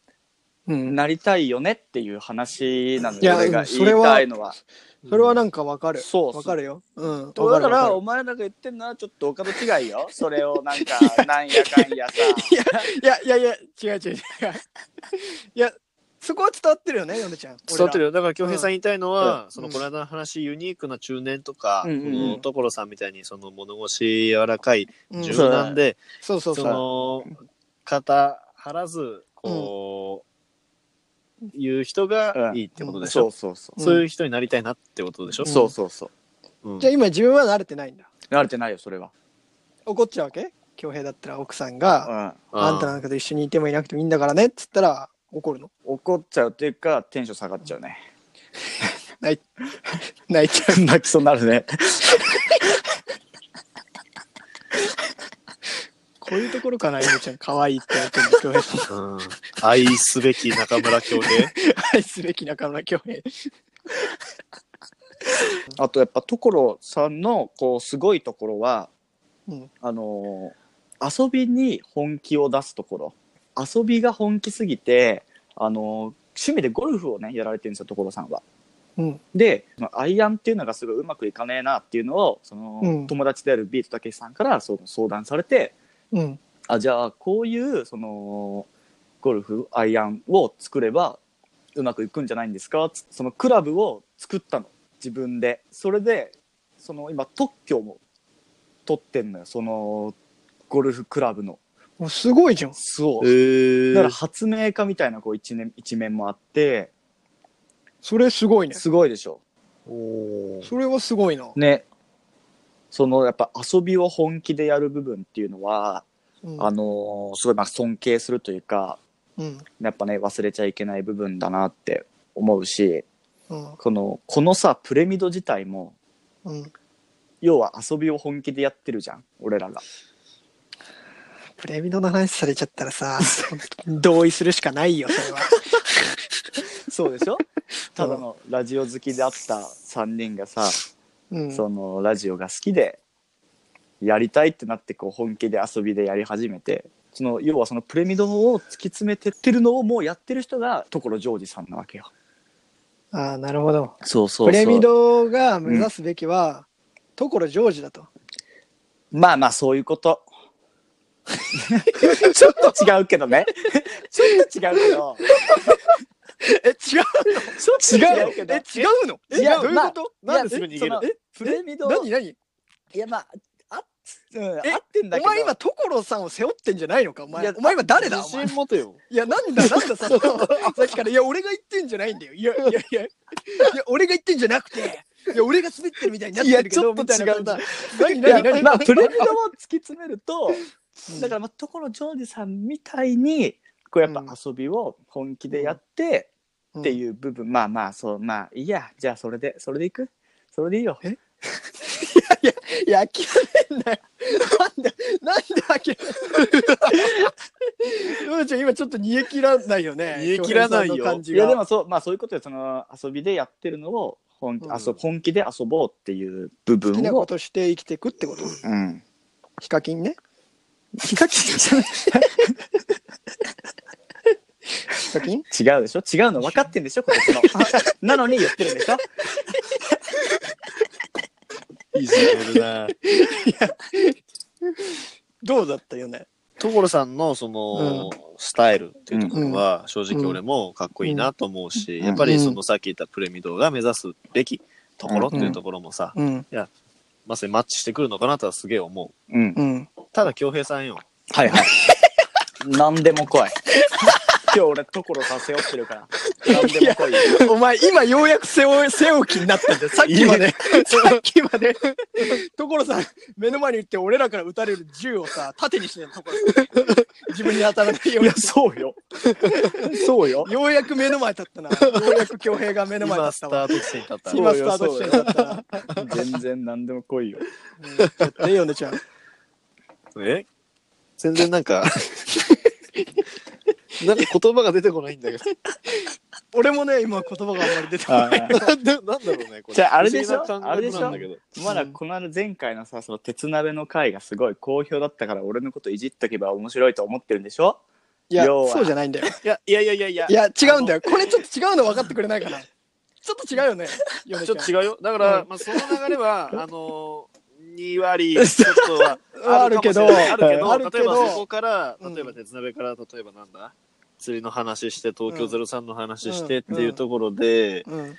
B: うん
D: なりたいよねっていう話なん
B: い
D: で
B: や
D: 俺が
B: そ
D: 言
B: れ
D: い
B: は
D: たいのは。
B: それはなんかわかる
D: そうそう
B: わかるようん
D: だか
B: わ
D: ら
B: る
D: お
B: わ
D: 前らが言ってんのはちょっとお門違いよそれをなんか なんやかんやさ
B: るいやいやいや違う違う違ういやそこは伝わってるよねヨネちゃん
C: 伝わってる
B: よ
C: よだから恭平さん言いたいのは、
B: うん
C: そのこの間の話ユニークな中年とか、
D: うんうんうん
C: この所さんみたいにその物腰柔らかい柔
D: そう
C: 軟で、
B: そうそう
C: そ
B: そう
C: の肩張らずこう、いう人がいいってことでしょ、
D: うそうそ
B: うん
C: そういう人になりたいなってことでしょ、
B: うん
D: そうそうそう
C: うん
B: じゃあ今自分は慣れてないんだ
D: 慣れてないよそれは、
B: 怒っちゃうわけ恭平だったら奥さんが
D: うん、
B: あんたなんかと一緒にいてもいなくてもいいんだからねっつったら怒るの
D: 怒っちゃうっていうかテンション下がっちゃうね
B: 泣いちゃう
D: 泣きそうになるね
B: こういうところかなゆめちゃん可愛いって言ってるんですけど
C: うん愛すべき中村恭 平
B: 愛すべき中村恭平
D: あとやっぱ所さんのこうすごいところは、
B: うん
D: あのー遊びに本気を出すところ遊びが本気すぎて、あのー趣味でゴルフをねやられてるんですよ所さんは。
B: うん
D: でまあアイアンっていうのがすごいうまくいかねえなっていうのをその、
B: うん
D: 友達であるビートたけしさんからそう相談されて
B: うん
D: あじゃあこういうそのゴルフアイアンを作ればうまくいくんじゃないんですかつそのクラブを作ったの自分でそれでその今特許も取ってんのよそのゴルフクラブの
B: もうすごいじゃん
D: そ
C: え
D: うだか
C: ー、
D: ら発明家みたいなこう一面一面もあって
B: それすごいね
D: すごいでしょ
C: おー
B: それはすごいな
D: ねそのやっぱ遊びを本気でやる部分っていうのは、
B: うん
D: あのすごいまあ尊敬するというか
B: うん
D: やっぱね忘れちゃいけない部分だなって思うし
B: うん
D: このこのさプレミド自体も
B: うん
D: 要は遊びを本気でやってるじゃん俺らが
B: プレミドの話されちゃったらさ同意するしかないよそ れは
D: そうでしょ ただのラジオ好きであった3人がさ、
B: うん
D: そのラジオが好きでやりたいってなってこう本気で遊びでやり始めてその要はそのプレミドを突き詰めてってるのをもうやってる人が所ジョージさんなわけよ
B: ああなるほど
D: そうそ
B: プレミドが目指すべきは所ジョージだと
D: まあまあそういうこと。 ちょっと違うけどね。 ちょっと違うけど。
B: え違
D: ちょっと違うけど。
B: うの
D: いやまあ
B: と
C: なんですぐ逃げる
D: いやそのプレミド。い
B: 何
D: やまああうん合っ
B: え
D: てんだけど。
B: 所さんを背負ってんじゃないのかお
D: いや
B: 前今誰お前
C: 自信持てよ
B: いや、なんだ、なんだ、さ、さっきから、いや、俺が言ってんじゃないんだよ。いや、いや、いや、いや俺が言ってんじゃなくて、いや、俺が滑ってるみたいになってるけど、
D: いやちょっと
B: みたいな感じ。何、
D: いや
B: 何、何、
D: まあプレミドを突き詰めると
B: うん、
D: だからまあ所ジョージさんみたいにこうやっぱ遊びを本気でやって
B: うん
D: っていう部分、まあまあそうまあいいやじゃあそれでそれでいくそれでいいよ。
B: いや、諦めんなよ。なんで、なんで諦めんのヨネちゃん、今ちょっと煮え切らないよね。
C: 煮え切らないよ
B: 京平さんの感じ
D: いやで
B: が。
D: もそうまあそういうことでその遊びでやってるのを本,、
C: うん
D: あそう本気で遊ぼうっていう部
B: 好き
D: 分
B: なこ
D: を。
B: として生きていくってこと。
D: うん。
B: ヒカキンね。
D: ヒカキンじゃない。
B: 課金
D: 違うでしょ違うの分かってんでしょこっちの。 なのに言ってるんでしょ
C: いじめるな。
B: どうだったよね
C: 所さんのその、スタイルっていうところは、正直俺もかっこいいなと思うし、
D: うん
C: やっぱりそのさっき言ったプレミドが目指すべきところっていうところもさ、
B: うん
C: まさにマッチしてくるのかなとはすげえ思
D: うん。
B: うん
C: う。ただ、京平さんよ。
D: はいはい。何でも来い。今日俺、所さん背負ってるから。何でも来いよ。
B: お前今ようやく背負背負う気になったんだよさっきまで さっきまで 所さん目の前に行って俺らから撃たれる銃をさ縦にしてんの所さん自分に当たらないよう
D: い
B: に
D: や、そうよ。そうよ。
B: ようやく目の前立ったな。ようやく恭平が目の前
C: 今、
B: 立
C: ス
B: った
C: タ
B: わ。
C: ート地点に立った。
B: 今スタート地点立ったな。
D: 全然何でも来いよ。
B: うんねヨネちゃん。
C: え全然なんか、なんか言葉が出てこないんだけど。
B: 俺もね、今言葉があんまり出てこ
D: あ
B: ない。
D: ー
C: なんだろうね、これ。
D: じゃああれでしょ
C: 不思議な感覚なんだけど
D: まだこの間前回のさ、その鉄鍋の回がすごい好評だったから、俺のこといじっとけば面白いと思ってるんでしょ
B: いや、
D: 要は
B: そうじゃないんだよ。
D: いや、いやいやいやいや
B: いや、違うんだよ。これちょっと違うの分かってくれないかな。ちょっと違うよね。ヨネ
C: ちょっと
B: う。
C: 違うよ。だから、
B: うん
C: まあ、その流れ は、あのー、2割ちょっとは
B: あるけど、
C: あるけど、
B: あるけ
C: 例えばそ
B: ど
C: こ、から、
B: うん
C: 例えば鉄鍋から、例えばなんだ釣りの話して、東
B: う
C: 京
B: ん
C: 03の話し
B: う
C: て
B: ん
C: っていうところで、
B: うん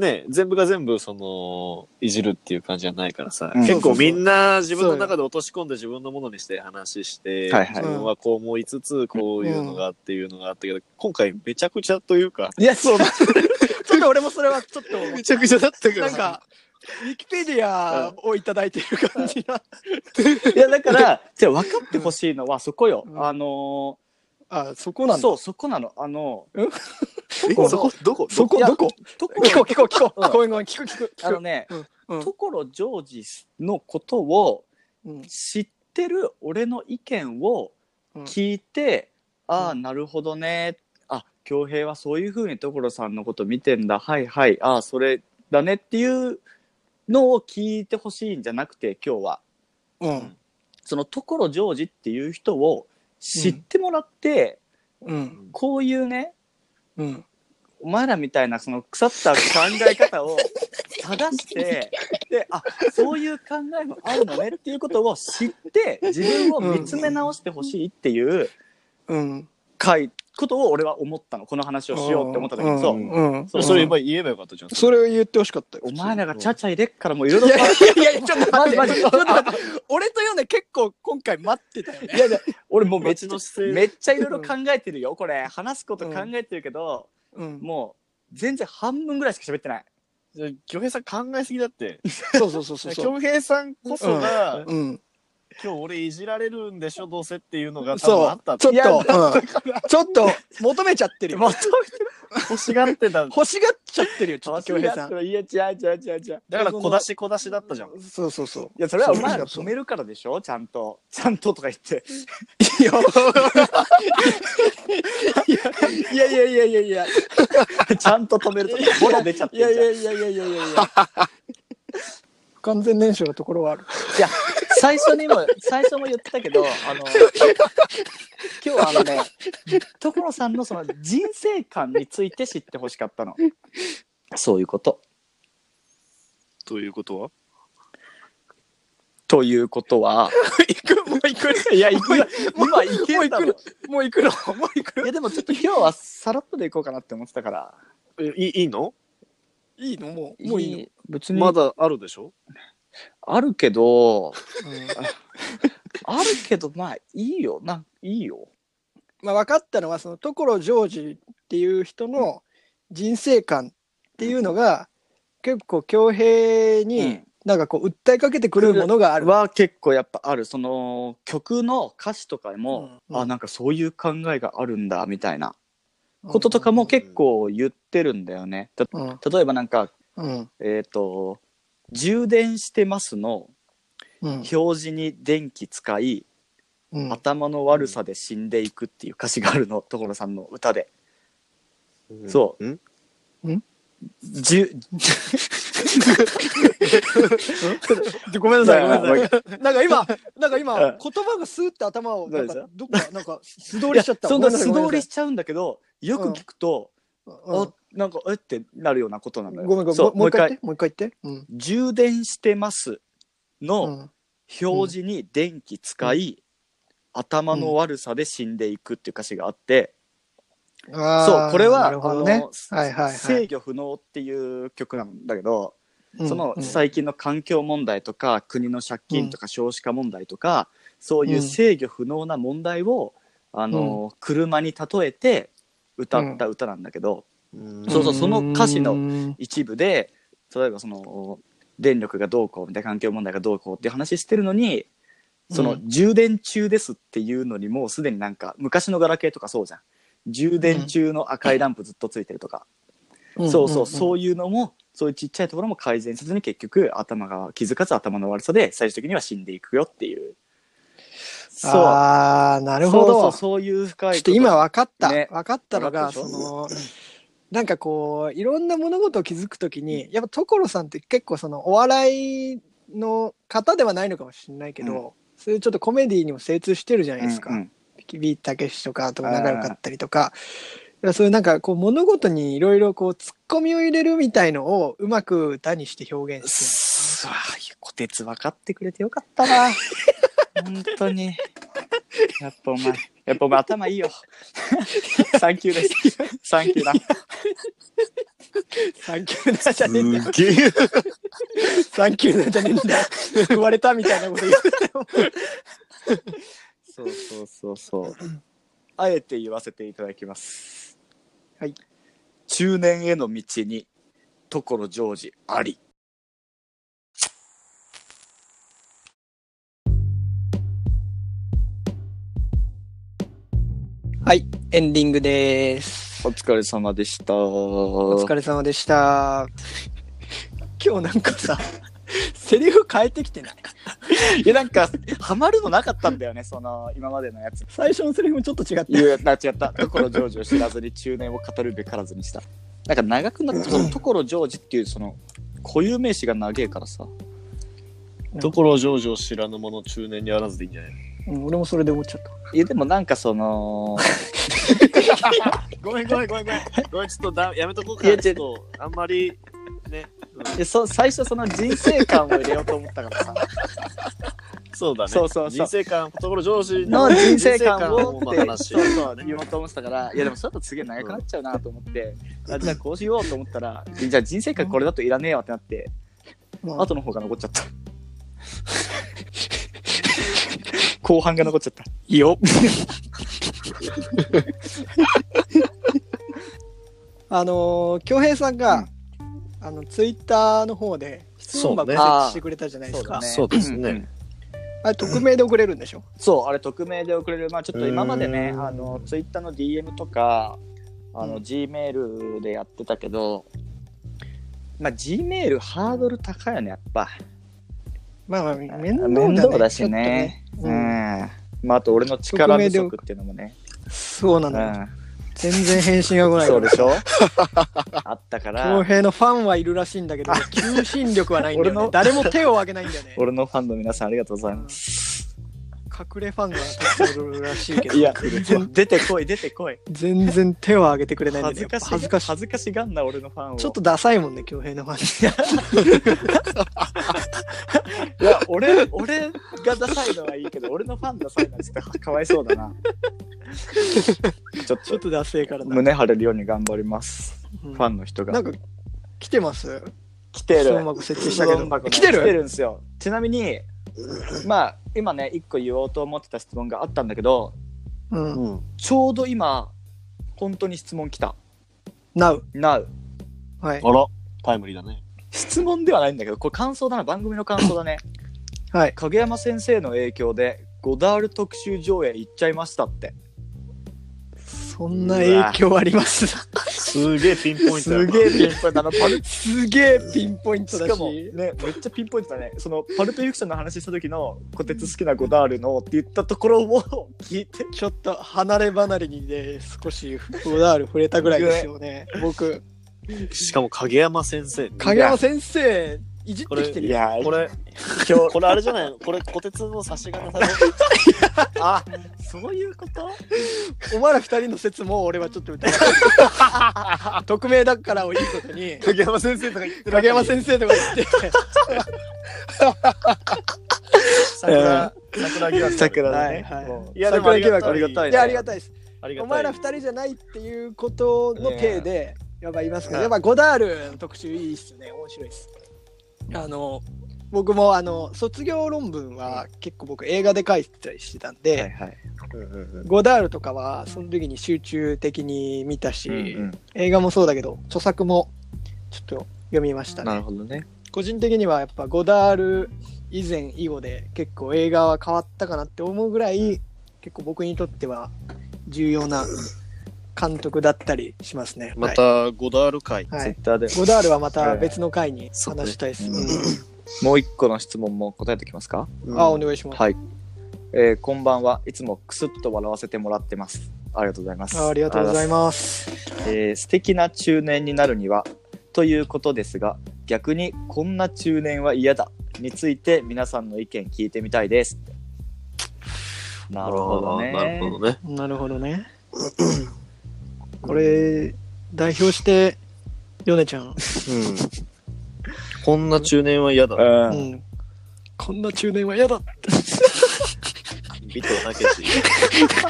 C: ね、全部が全部、その、いじるっていう感じじゃないからさ、
D: うん
C: 結
B: そう
C: 構
B: そうそう
C: みんな自分の中で落とし込んで自分のものにして話して、
D: はいはい
C: 自分はこう思いつつ、こういうのがっていうのがあったけど、今回めちゃくちゃというか、
D: いや、そうだ。
B: ちょっと俺もそれはちょっと思
C: めちゃくちゃだったけ
B: う、
C: ど、
B: なんか、ウィキペディアをいただいてる感じが。
D: いや、だから、じゃあ分かってほしいのはそこよ。
B: うん
D: あの
B: あ、そこ
D: ー
B: なんだ。
D: そう、そこなの。あの
C: え、
B: こ
C: そこ、どこ
B: そこ、
D: いや
B: どこ
D: とこ
B: 聞こう、聞こう、聞こう。
D: うん
B: ごめん、ごめん、聞く、聞く。
D: あ
B: 聞
D: の
B: く
D: ね、
B: うんうん
D: 所ジョージのことを
B: うん
D: 知ってる俺の意見を
B: うん
D: 聞いて、
B: ん
D: ああなるほどねあ恭平はそういうふうに所さんのこと見てんだはいはいああそれだねっていうのを聞いてほしいんじゃなくて今日は
B: うん。
D: その所ジョージっていう人を知ってもらって、
B: うん。
D: こういうね
B: うん。
D: お前らみたいなその腐った考え方を正してであそういう考えもあるのねっていうことを知って自分を見つめ直してほしいっていう
B: うん。
D: 回ことを俺は思ったのこの話をしようって思った時にそう。
B: うん。
C: それ今言えばよかったじゃん。
B: それを言ってほしかったよ。
D: お前らがちゃちゃ入れっからもういろいろ
B: いや
D: 変
B: い
D: わっ
B: やいや、ちょっと待って、
D: マジマジ
B: ちょっと待って。俺とヨネ結構今回待ってたよね。
D: いやいや俺もうめっち
C: ちの
D: ゃ
C: 姿
D: めっちゃいろいろ考えてるよこれ話すこと考えてるけど、
B: うん、
D: もう全然半分ぐらいしか喋ってない
C: 勢。京平さん考えすぎだって。
B: そうそうそうそうそう。
C: 京平さんこそ
B: う
C: が、
B: ん、
C: 今日俺いじられるんでしょ、どうせっていうのが多分
B: そ
C: あ
B: う
C: ったっ、て
B: ちょっ
D: いや
B: と、うん、ちょっと求めちゃってるよ。
C: 欲しがっ てた。
B: 欲しがっちゃってるよ、ちょっと京平さん。
D: いや違う違う違う違う
C: だから小出し小出しだったじゃん。
B: そうそうそう。
D: いや、それはお
B: う
D: 前ら止めるからでしょちゃんと。ちゃんととか言って。
B: いやいやいやいやいやいやいや
D: ちゃんと止めるとか。 ボロ出ちゃって
B: い
D: んじゃ
B: や
D: ん。
B: いやいやいやいやいやいや。不完全燃焼のところはある。
D: いや最初にも、最初も言ってたけど、あの、今日はあのね、所さんのその人生観について知ってほしかったの。そういうこと。
C: ということは
D: ということ は、
B: 行くもう行くいや行く
D: 今いけんだろ。
B: もう行くのもう行く
D: い
B: の
D: や、でもちょっと今日はさらっとでいこうかなって思ってたから。
C: えいいいの
B: いいのもうもういいの。
D: 別に、
C: まだあるでしょ
D: あるけど、
B: うん
D: あるけど、まあいいよ。なんいいよ。
B: まあ、分かったのはその所ジョージっていう人の人生観っていうのが結構恭平
D: う
B: に
D: ん
B: なんかこう訴えかけてくるものがある。
D: は結構やっぱあるその曲の歌詞とかでも、
B: うんうん
D: あなんかそういう考えがあるんだみたいなこととかも結構言ってるんだよね。た
B: うん
D: 例えばなんか
B: うん
D: えっ、と「充電してます」の
B: うん
D: 表示に電気使い、
B: うん
D: 頭の悪さで死んでいくっていう歌詞があるの所さんの歌で。
C: うん。
D: そう
C: ん
D: じゅ
B: でごめんなさい、ごめんなさい。
D: さい。
B: なんか 今、なんか今、
D: う
B: 言
D: ん
B: 葉がスーって頭を、なんか
D: どうで
B: どっか、なんか素通りしちゃった。
D: そん
B: ご
D: な
B: めん
D: 素
B: さい
D: 通りしちゃうんだけど、よく聞くと、あ、なんか、えってなるようなことなのよ。
B: ごめんごめん、ごめん
D: そう
B: も
D: も
B: う
D: う
B: 一
D: 一
B: 回言
D: 回
B: っ、て、もう一回言って。うん
D: 充電してます
B: う
D: の
B: ん
D: 表示に電気使い、頭の悪さで死んでいくっていう歌詞があって、
B: あ
D: そ
B: ー
D: う、これは、
B: なるほどね。
D: あの
B: はいはいはい
D: 制御不能っていう曲なんだけど、
B: うん
D: その
B: うん
D: 最近の環境問題とか国の借金とか少子化問題とか、そういううん制御不能な問題を、あの車に例えて歌った歌なんだけど、そうそうその歌詞の
B: うん
D: 一部で例えばその電力がどうこうみたいな環境問題がどうこうっていう話してるのにそうの
B: ん
D: 充電中ですっていうのにもうすでになんか昔のガラケーとかそうじゃん充電中の赤いランプずっとついてるとか、そうそう、そういうのも、そういうちっちゃいところも改善せずに結局、頭が気づかず頭の悪さで最終的には死んでいくよっていう。そう。
B: ああ、なるほど。
D: そうそう、そういう深い
B: ちょっと今分かった、
D: ね
B: 分かったのが
D: 分かった
B: そ
D: でし
B: のなんかこういろんな物事を気づくときにやっぱ所さんって結構そのお笑いの方ではないのかもしれないけど、
D: うん
B: そういうちょっとコメディにも精通してるじゃない
D: うん
B: ですか、
D: うん
B: ビーたけしとかとか仲良かったりとか。いやそういうなんかこう物事にいろいろこう突っ込みを入れるみたいのをうまく歌にして表現して
D: すわこてつ分かってくれてよかっ たな。本当に。やっぱお前、やっぱお前頭いいよ。サンキューです。サンキューだ。
B: サンキューだじゃねえんだよ
C: すげ え。
B: サンキューだじゃねえんだよ言われたみたいなこと言って
D: そうそうそうそう。 あえて言わせていただきます。
B: はい。
D: 中年への道に、所ジョージあり。
B: はいエンディングです
D: お疲れ様でした。
B: お疲れ様でした。今日なんかさ、セリフ変えてきてない。
D: いや、なんか、ハマるのなかったんだよね、その、今までのやつ。
B: 最初のセリフもちょっと違っ
D: 言う、な、違った。所ジョージを知らずに中年を語るべからずにした。なんか長くなって、その所ジョージっていう、その、固有名詞が長えからさ。
C: ところジョージを知らぬ者中年にあらずでいいんじゃない
B: た。うん、俺もそれで思っちゃった。
D: いや、でもなんかその、
C: ごめんごめんごめんごめん。ごめん、ちょっとだやめとこう
D: い
C: か。
D: や違う
C: ちょっと、あんまり、ね。
D: いやそ最初その人生観を入れようと思ったからさ。
C: そうだね。
D: そうそうそう
C: 人生観、ところジョージ
D: の人生観を
C: 人生観
D: っ
C: の
D: て
C: 話
D: そうそう言おうと思ってたからいやでもそれだとすげえ長くなっちゃうなと思って、あじゃあこうしようと思ったらじゃあ人生観これだといらねえわってなって、
B: まあ、
D: 後の方が残っちゃった 後半が残っちゃったいいよ
B: あのー、京平さんが、
D: うん
B: あの、ツイッターの方で、質問箱
C: そ
B: 設
C: うね
B: 置してくれたじゃないですか。
D: あー
C: そうですね。
D: うん
B: あれ、匿名で送れるんでしょ
D: そうあれ匿名で送れるまあちょっと今までね
B: うーん
D: あのツイッターの DM とかあ
B: う
D: の、
B: ん
D: G メールでやってたけどまあ G メールハードル高いよねやっぱ
B: まあまあ、面倒だね。
D: 面倒だしね。
B: ちょっ
D: う
B: と
D: ん
B: ね。
D: まああと俺の力不足っていうのもね。
B: うんそうな
D: う
B: のよ。
D: ん。
B: 全然返信が来ないか
D: そう
B: ら
D: で。しょあったか
B: 京
D: ら、
B: 平のファンはいるらしいんだけど、求心力はないんだよ
D: 俺
B: ね
D: の。
B: 誰も手を挙げないんだよね。
D: 俺のファンの皆さんありがとうございます。
B: 隠れファンがたくさんいるらしいけど。
D: いや、出てこい、出てこい。
B: 全然手を挙げてくれないんだ
D: 恥
B: け
D: ず
B: ど
D: かし
B: 恥ずかしい
D: 恥ずかしがんな俺のファンを。
B: ちょっとダサいもんね恭平の話
D: いや、俺、俺がダサいのはいいけど、俺のファンダサいのはちょっとかわいそう だな。ちょっ
B: ちょっ
D: と
B: とダセいからな、
D: 胸張れるように頑張ります。
B: うん
D: ファンの人
B: な
D: が
B: ん。か来てます
D: 来て
B: 質
D: る
B: 問。箱設置したけ
D: 質問箱
B: ど
D: ね
B: 来て
D: 来て
B: る
D: るんですよちなみにまあ今ね一個言おうと思ってた質問があったんだけど
B: うん
C: うん。
D: ちょうど今本当に質問来た
B: Now
D: Now
B: はい
C: あら、タイムリーだね。
D: 質問ではないんだけどこれ感想だな番組の感想だね
B: はい
D: 影山先生の影響でゴダール特集上映行っちゃいましたって
B: そんな影響あります
C: すげえピンポイントだな。
D: すげえピンポイントあのパル
B: すげえピンポイント
D: し
B: だ
D: かも
B: し
D: ねめっちゃピンポイントだねそのパルプフィクションの話した時の「こてつ好きなゴダールの」って言ったところを聞いて
B: ちょっと離れ離れにね少しゴダール触れたぐらいですよね僕
C: しかも影山先生。
B: 影山先生いじってきてる
D: い
B: よ。
D: やー
C: これ、
D: 今日
C: これあれじゃないのこれ、小鉄の差し金され
D: あそういうこと
B: お前ら二人の説も俺はちょっと 疑う。匿名だからをいいことに、
D: 影山先生とか言って
B: 影山先生とか言って、
C: 桜、桜木は
D: 桜
B: は
D: だ
B: い
D: ね、
B: はい
D: もう
C: いやでも
B: 桜木は
C: ありがたい
B: いや、ありがたいです。
C: ありがた
B: お
C: い。
B: 前ら二人じゃないっていうことの体で、やっぱ言いますけど、
D: はい
B: やっぱゴダールの特集いいっすよね、面白いっす。あの、僕もあの、卒業論文は結構僕映画で書いてたりしてたんで、
D: いはいうんうんうん
B: ゴダールとかはその時に集中的に見たし、
C: うん
D: うん
B: 映画もそうだけど、著作もちょっと読みました
D: な
B: ね。
D: るほどね
B: 個人的にはやっぱゴダール以前以後で結構映画は変わったかなって思うぐらい、結構僕にとっては重要な監督だったりしますね。
C: ま
B: は
C: た、ゴダール会。
B: い、はい
D: ツイッターで
B: ゴダールはまた別の回に話したいです。
D: は
B: う
D: い
B: ん
D: もう一個の質問も答えておきますか
C: うん
B: あ、お願いします。
D: はい、えーこんばんはいつもクスッと笑わせてもらってますありがとうございます
B: あありがとうございます。
D: す、えー素敵な中年になるにはということですが逆にこんな中年は嫌だについて皆さんの意見聞いてみたいですなるほどね
C: なるほどね。
B: なるほどね。これ、代表して、ヨネちゃん。
C: うん。こんな中年は嫌だ。
B: う
D: うん
B: ん。こんな中年は嫌だ。
C: ビトたけし。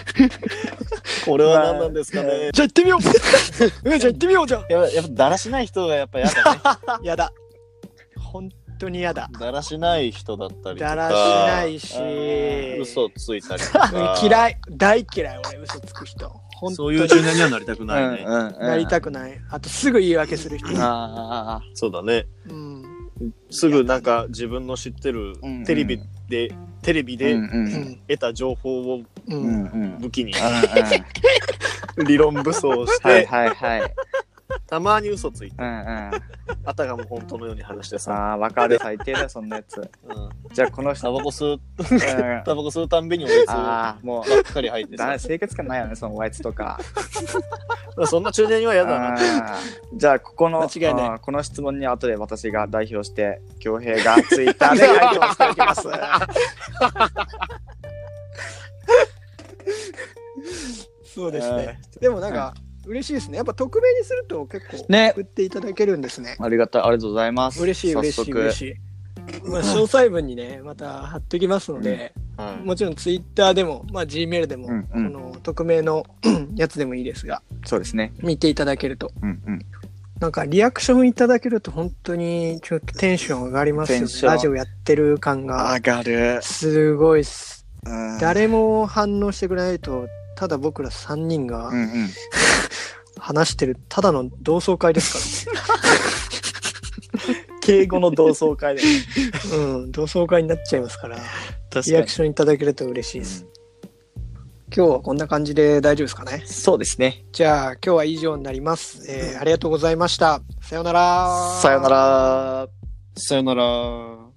C: これは何なんですかね。
B: じゃあ行ってみようヨネちゃん行ってみようじゃん
C: やっぱやっぱだらしない人がやっぱ嫌だ ね。
B: 嫌だ。本当に嫌だ。
C: だらしない人だったりとか。
B: だらしないし。
C: 嘘ついたりとか。い。
B: 嫌い。大嫌い、俺、嘘つく人。本
C: そ
B: 当
C: ういう
B: に
C: 中年にはなりたくないね。
D: うんうん
B: なりたくない。あと、すぐ言い訳する人。
D: あー
C: そうだね。
B: うん。
C: すぐなんか自分の知ってる
D: うん
C: テレビで、テレビ
D: う
C: で
D: んう
B: うんん。
C: 得た情報を
B: う
D: うん
B: ん。
D: うん
C: 武器に
D: は
C: 理論武装し
D: い
C: て、
D: はいはい。
C: たまに嘘ついて、
D: うんうん。
C: あたかも本当のように話してさ、
D: さあ、わかる、最低だよ、そんなやつ。
C: うん
D: じゃあ、この
C: タ
D: 人、
C: バコ吸う、
D: うんうん
C: タバコ吸うたんびにおやつば
D: ああ、も
C: っかり入っ
D: う、
C: てさ、
D: だ清潔感ないよね、そのおやつとか。
C: そんな中年には嫌だな。
D: うんじゃあ、ここの、
B: 間違いない
D: うんこの質問に後で私が代表して、恭平がツイッターで 回答しておきます。
B: そうですね。でも、なんか、嬉しいですね。やっぱ、匿名にすると結構、
D: ね
B: 送っていただけるんですね。
D: ありがたい、ありがとうございます。
B: 嬉しい嬉しい嬉
D: い。
B: しい。まあ、詳細文にね、また貼っときますので、もちろんツイッターでも、まあ、Gmail でも、
D: うんうん
B: この匿名のやつでもいいですが、
D: そうですね。
B: 見ていただけると。
D: うんうん。
B: なんかリアクションいただけると本当にちょっとテンション上がりますよ
D: テ
B: ね
D: ンシ。ョン
B: ラジオやってる感が
D: がる。
B: すごいっす。
D: うん
B: 誰も反応してくれないと、ただ僕ら3人が
D: うんうん。
B: 話してる、ただの同窓会です
D: 敬語の同窓 会で。
B: から、うん、同窓会になっちゃいますから、
D: 確
B: リアクションいただけると嬉しいです。今日はこんな感じで大丈夫ですかね。
D: そうですね。
B: じゃあ今日は以上になります。えーありがとうございました。さようなら。
D: さよなら。
C: さよなら。